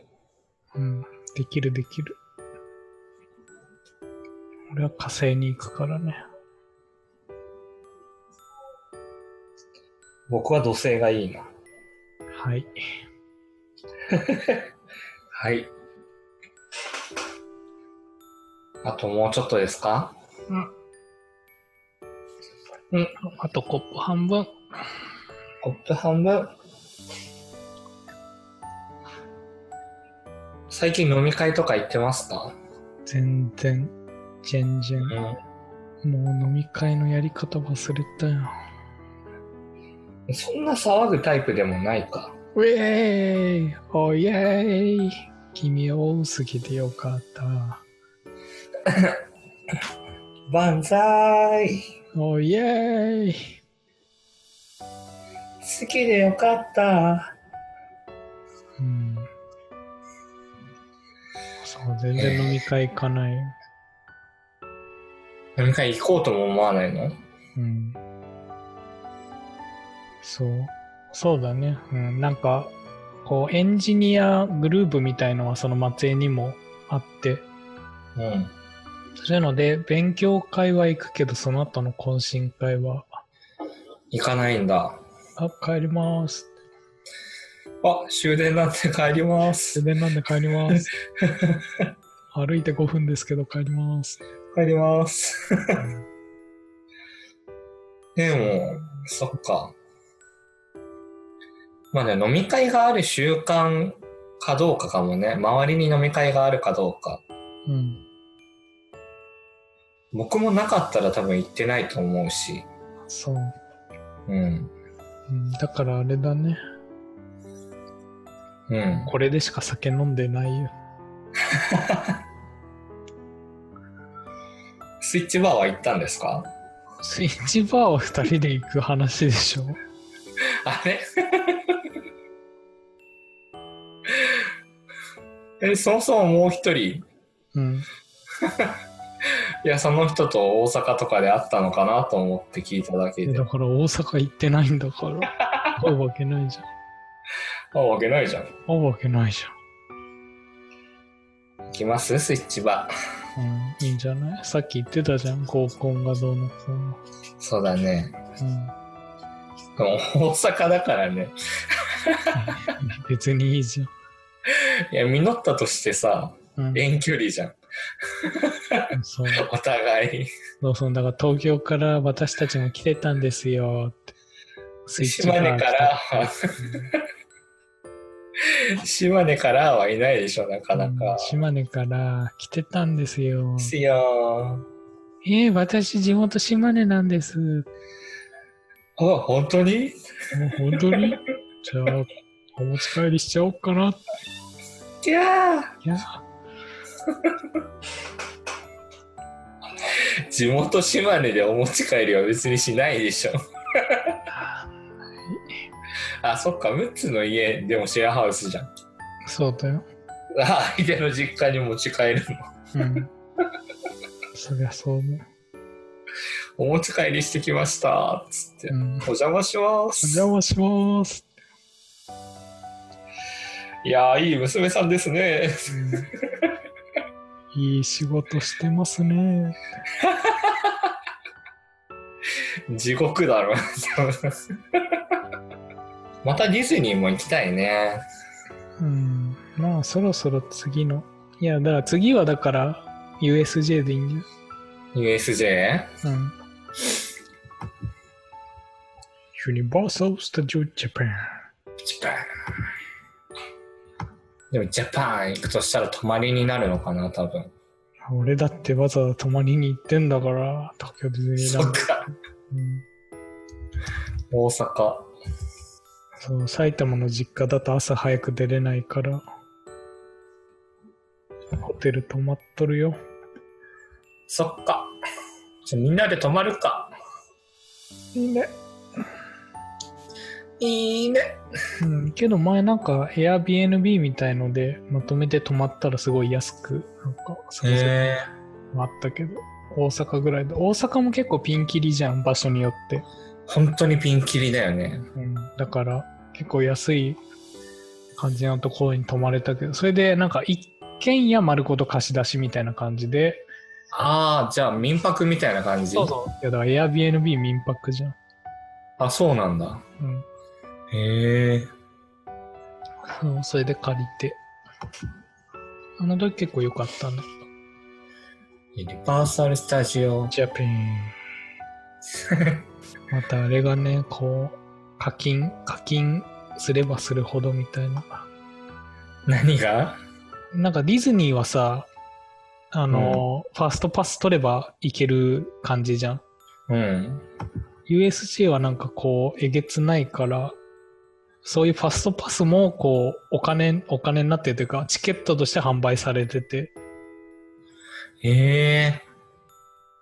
Speaker 2: うん。できるできる。俺は火星に行くからね。
Speaker 1: 僕は土星がいいな。
Speaker 2: はい。
Speaker 1: はい。あともうちょっとですか
Speaker 2: あとコップ半分。
Speaker 1: コップ半分。最近飲み会とか行ってますか
Speaker 2: 全然、全然。もう飲み会のやり方忘れたよ。
Speaker 1: うん。そんな騒ぐタイプでもないか。
Speaker 2: ウェーイおイェーイ君を多すぎてよかった。
Speaker 1: 万歳
Speaker 2: おイェーイ
Speaker 1: 好きでよかった。
Speaker 2: うん。そう、全然飲み会行かないよ。
Speaker 1: 飲み会行こうとも思わないの
Speaker 2: うん。そう。そうだね。うん。なんか、こう、エンジニアグループみたいのはその松江にもあって、
Speaker 1: うん。
Speaker 2: そういうので、勉強会は行くけど、その後の懇親会は、
Speaker 1: 行かないんだ。
Speaker 2: あ、帰ります。
Speaker 1: あ、終電なんて帰ります
Speaker 2: 終。電なんで帰ります。歩いて5分ですけど帰ります。
Speaker 1: 帰ります。 <laughs> でも、そっか。まあね、飲み会がある習慣かどうかかもね。周りに飲み会があるかどうか。
Speaker 2: うん。
Speaker 1: 僕もなかったら多分行ってないと思うし。
Speaker 2: そう。
Speaker 1: うん。
Speaker 2: うん、だからあれだね。
Speaker 1: うん。
Speaker 2: これでしか酒飲んでないよ。
Speaker 1: スイッチバーは行ったんですか
Speaker 2: スイッチバーを2人で行く話でしょ。
Speaker 1: あれ <laughs> え、そもそももう一人、い
Speaker 2: うん。
Speaker 1: や、その人と大阪とかで会ったのかなと思って聞いただけで
Speaker 2: だ。から大阪行ってないん
Speaker 1: <laughs>
Speaker 2: だから。会うわけないじゃん。
Speaker 1: あ、わけないじゃん。
Speaker 2: 会うわけないじ
Speaker 1: 行きますスイッチバー。
Speaker 2: ゃん。うん。いいんじゃないさっき言ってたじゃん。合コンがどうのこうの。
Speaker 1: そうだね。
Speaker 2: うん。
Speaker 1: でも大阪だからね。
Speaker 2: 別にいいじ
Speaker 1: いや、実ったとしてさ、
Speaker 2: ゃん。
Speaker 1: 遠距離じゃん。
Speaker 2: うん。そう。
Speaker 1: お互い。
Speaker 2: そうそう、だから東京から私たちも来てたんですよって。ス
Speaker 1: 島根から、島根からはいないでしょ、なかな
Speaker 2: う
Speaker 1: か
Speaker 2: ん。島根から来てたんですよ
Speaker 1: で。すよ
Speaker 2: えー、私地元島根なんです。も
Speaker 1: ー。あ、本当に
Speaker 2: う本当
Speaker 1: <laughs>
Speaker 2: にじゃあ、お持ち帰りしちゃおうかな。
Speaker 1: いや
Speaker 2: いや、
Speaker 1: ー <laughs> 地元島根でお持ち帰りは別にしないでしょ。あ、そっか、ムッツの家でもシェアハウスじゃん。
Speaker 2: そうだよ。
Speaker 1: あ、相手の実家に持ち帰るの。
Speaker 2: うん。そりゃそうね。
Speaker 1: お持ち帰りしてきました。つって
Speaker 2: う。ん。
Speaker 1: お邪魔しま
Speaker 2: お
Speaker 1: す。
Speaker 2: 邪魔します。
Speaker 1: いやー、いい娘さんですね。
Speaker 2: うんいい仕事してますね。
Speaker 1: 地獄だ
Speaker 2: <laughs>
Speaker 1: ろ。またディズニーも行きたいね。
Speaker 2: うん、まあそろそろ次の。いや、だから次はだから USJ でいいんじ
Speaker 1: USJ?
Speaker 2: ゃん。うん。ユニバーサル・スタジオ・ジャパン。
Speaker 1: ジャパン。でも、ジャパン行くとしたら泊まりになるのかな、多分。
Speaker 2: 俺だってわざわざ泊まりに行ってんだから、東京ディズニー
Speaker 1: そ
Speaker 2: ラ
Speaker 1: っ
Speaker 2: ンド。
Speaker 1: か。
Speaker 2: うん
Speaker 1: 大阪。
Speaker 2: そう、埼玉の実家だと朝早く出れないから、ホテル泊まっとるよ。
Speaker 1: そっか。じゃあみんなで泊まるか。
Speaker 2: いいね。
Speaker 1: いいね。
Speaker 2: うん、けど前なんか Airbnb みたいのでまとめて泊まったらすごい安くなんか探せ
Speaker 1: へ
Speaker 2: るのあったけど、大阪ぐらいで。大阪も結構ピンキリじゃん、場所によって。
Speaker 1: 本当にピンキリだよね。
Speaker 2: うん、だから結構安い感じのところに泊まれたけどそれでなんか一軒家丸ごと貸し出しみたいな感じで
Speaker 1: ああ、じゃあ民泊みたいな感じ。
Speaker 2: そうそういやだから Airbnb 民泊じゃん、
Speaker 1: あ、そうなんだ。
Speaker 2: うん、
Speaker 1: へえ。
Speaker 2: そうそれで借りてあの時結構良かったね
Speaker 1: ユニバーサル・スタジオ。
Speaker 2: ジャパンまたあれがねこう課金課金すればするほどみたいな
Speaker 1: 何が
Speaker 2: なんかディズニーはさあの、ファーストパス取ればいける感じじゃん
Speaker 1: うん。
Speaker 2: USJ はなんかこう、えげつないから、そういうファストパスもこう、お金、お金になってるというか、チケットとして販売されてて、
Speaker 1: へえ。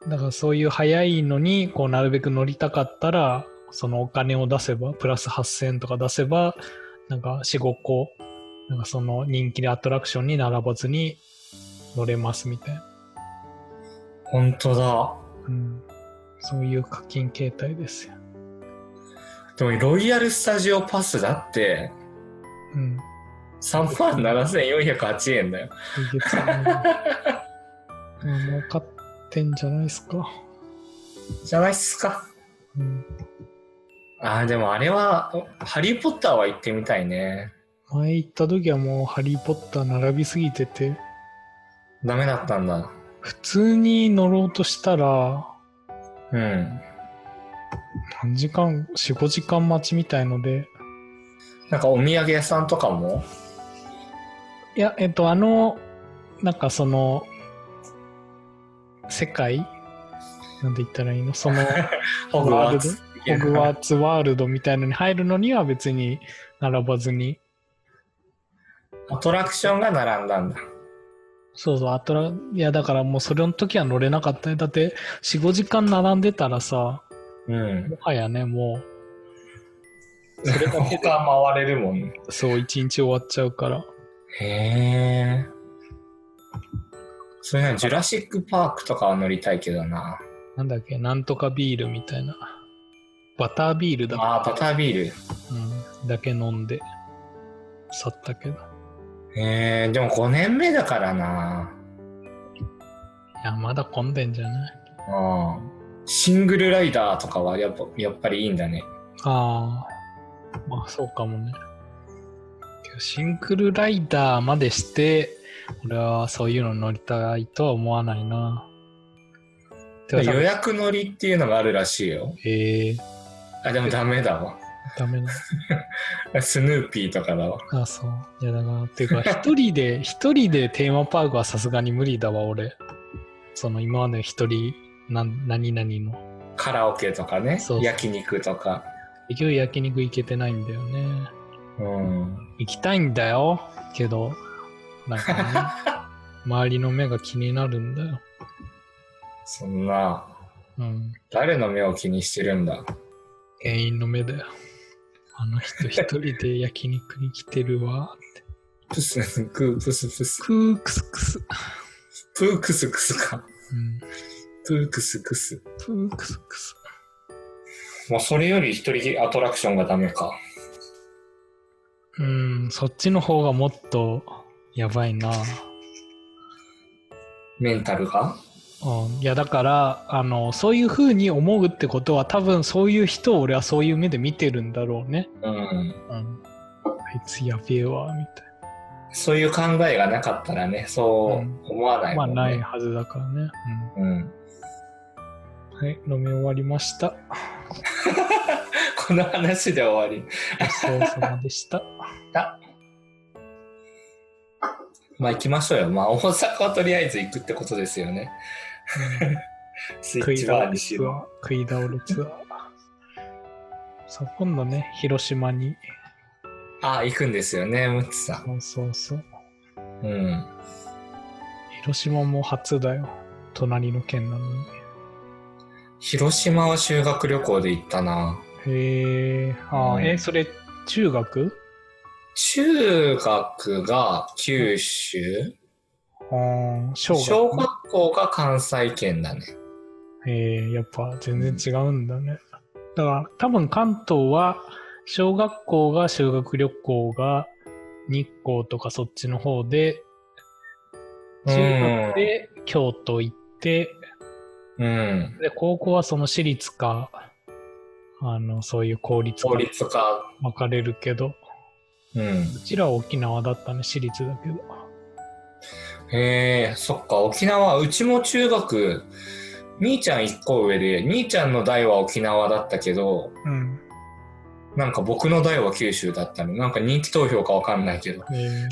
Speaker 2: だからそういう早いのに、こう、なるべく乗りたかったら、そのお金を出せば、プラス8000円とか出せば、なんか4、5個、なんかその人気でアトラクションに並ばずに乗れますみたいな。
Speaker 1: 本当だ。
Speaker 2: うん。そういう課金形態ですよ。
Speaker 1: でも、ロイヤル・スタジオパスだって、
Speaker 2: うん。
Speaker 1: 37,408円だよ。
Speaker 2: えげつない。うん儲かってんじゃないですか。
Speaker 1: じゃないっすか。
Speaker 2: うん
Speaker 1: ああ、でもあれは、ハリー・ポッターは行ってみたいね。
Speaker 2: 前行った時はもう「ハリー・ポッター」並びすぎてて
Speaker 1: ダメだったんだ。
Speaker 2: 普通に乗ろうとしたら
Speaker 1: うん。
Speaker 2: 何時間45時間待ちみたいので
Speaker 1: なんかお土産屋さんとかも
Speaker 2: いやえっとあのなんかその世界なんて言ったらいいのその
Speaker 1: <laughs> ホグワーツ。
Speaker 2: ホグワーツワールドみたいのに入るのには別に並ばずに
Speaker 1: アトラクションが並んだんだ。
Speaker 2: そうそうアトラいやだからもうそれの時は乗れなかったねだって45時間並んでたらさ
Speaker 1: うん。
Speaker 2: もはやねもう
Speaker 1: そ <laughs> れ他回れるもんね。
Speaker 2: そう一日終わっちゃうから
Speaker 1: へえ。それならジュラシック・パークとかは乗りたいけどな。
Speaker 2: なんだっけ、なんとかビールみたいな。バタービールだ。
Speaker 1: ああ、バタービー
Speaker 2: うん。だけ飲んで、去ったけど。い
Speaker 1: ル。へえ、でも5年目だからな。
Speaker 2: や、まだ混んでんじゃない
Speaker 1: うん。シングルライダーとかはやっぱやっぱりいいんだね。
Speaker 2: ああ。まあ、そうかもね。けどシングルライダーまでして、俺はそういうの乗りたいとは思わないな。てか
Speaker 1: 予約乗りっていうのがあるらしいよ。
Speaker 2: えー、
Speaker 1: あ、でもダメだわ。
Speaker 2: ダメだ。
Speaker 1: スヌーピーとかだわ。
Speaker 2: あ、そう。いや、だから、っていうか、一人で、一人でテーマパークはさすがに無理だわ、俺。その、今まで一人、なん、何々の。
Speaker 1: カラオケとかね。
Speaker 2: そうそう
Speaker 1: 焼肉とか。
Speaker 2: 結局焼肉行けてないんだよね。
Speaker 1: うん。
Speaker 2: 行きたいんだよ、けど、なんかね、周りの目が気になるんだよ。
Speaker 1: そんな、
Speaker 2: うん。
Speaker 1: 誰の目を気にしてるんだ。
Speaker 2: 店員の目だよ。あの人一人で焼肉に来てるわ。
Speaker 1: プス、クー、プス、プス。
Speaker 2: クークスクス。
Speaker 1: プークスクスか。
Speaker 2: うん。
Speaker 1: プークスクス。
Speaker 2: クークスクス。
Speaker 1: もうそれより一人アトラクションがダメか。
Speaker 2: うん、そっちの方がもっと、やばいな。
Speaker 1: メンタルが
Speaker 2: うん、いやだからあのそういうふうに思うってことは多分そういう人を俺はそういう目で見てるんだろうね。
Speaker 1: うん。
Speaker 2: うん、あいつやべえわみたい
Speaker 1: そういう考えがなかったらね、そう思わな
Speaker 2: な。
Speaker 1: い
Speaker 2: まあ
Speaker 1: もん、ね
Speaker 2: ないはずだからね。
Speaker 1: うん。 <laughs>
Speaker 2: うん、はい飲み終わりました。
Speaker 1: この話で終わり。
Speaker 2: ごちそうさま
Speaker 1: <laughs>
Speaker 2: でした。
Speaker 1: まあ行きましょうよ。まあ大阪はとりあえず行くってことですよね。スイ
Speaker 2: 食
Speaker 1: ッ
Speaker 2: い
Speaker 1: チ
Speaker 2: 倒
Speaker 1: バー
Speaker 2: れ
Speaker 1: にし
Speaker 2: ツアー
Speaker 1: ろ。。
Speaker 2: 食い倒れツアー。そう今度ね広島に。
Speaker 1: あ、行くんですよね、ムッツさん。
Speaker 2: そうそうそう。
Speaker 1: うん。
Speaker 2: 広島も初だよ。隣の県なのに。
Speaker 1: 広島は修学旅行で行ったな。
Speaker 2: へえ。あ
Speaker 1: う
Speaker 2: ー
Speaker 1: ん
Speaker 2: えそれ中学
Speaker 1: 中学が九州、
Speaker 2: あー小学
Speaker 1: 小学校が関西圏だね。
Speaker 2: えーやっぱ全然違うんだね。だから多分関東は小学校が修学旅行が日光とかそっちの方で、中学で京都行って、
Speaker 1: うん。
Speaker 2: で、高校はその私立か、あの、そういう公立か
Speaker 1: 法律か。
Speaker 2: 分かれるけど、
Speaker 1: うん。
Speaker 2: うちらは沖縄だったね、私立だけど。
Speaker 1: へえ、そっか、沖縄、うちも中学、兄ちゃん1個上で、兄ちゃんの代は沖縄だったけど、
Speaker 2: うん。
Speaker 1: なんか僕の代は九州だったの。なんか人気投票かわかんないけど。
Speaker 2: <laughs> えー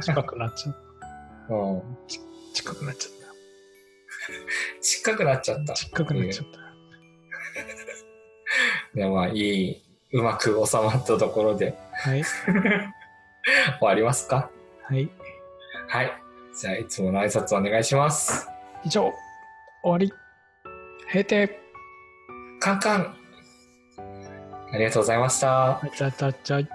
Speaker 2: 近くなっちゃう。
Speaker 1: うん。
Speaker 2: 近くなっちゃっ
Speaker 1: ちっかくなっちゃった
Speaker 2: た。。近くなっちゃった。
Speaker 1: でまあ、いい、うまく収まったところで
Speaker 2: はい。
Speaker 1: 終わりますか
Speaker 2: はい。
Speaker 1: はい。じゃあ、いつもの挨拶お願いします。
Speaker 2: 以上、終わり。閉店。
Speaker 1: カンカンありがとうございました。
Speaker 2: あちゃちゃちゃい。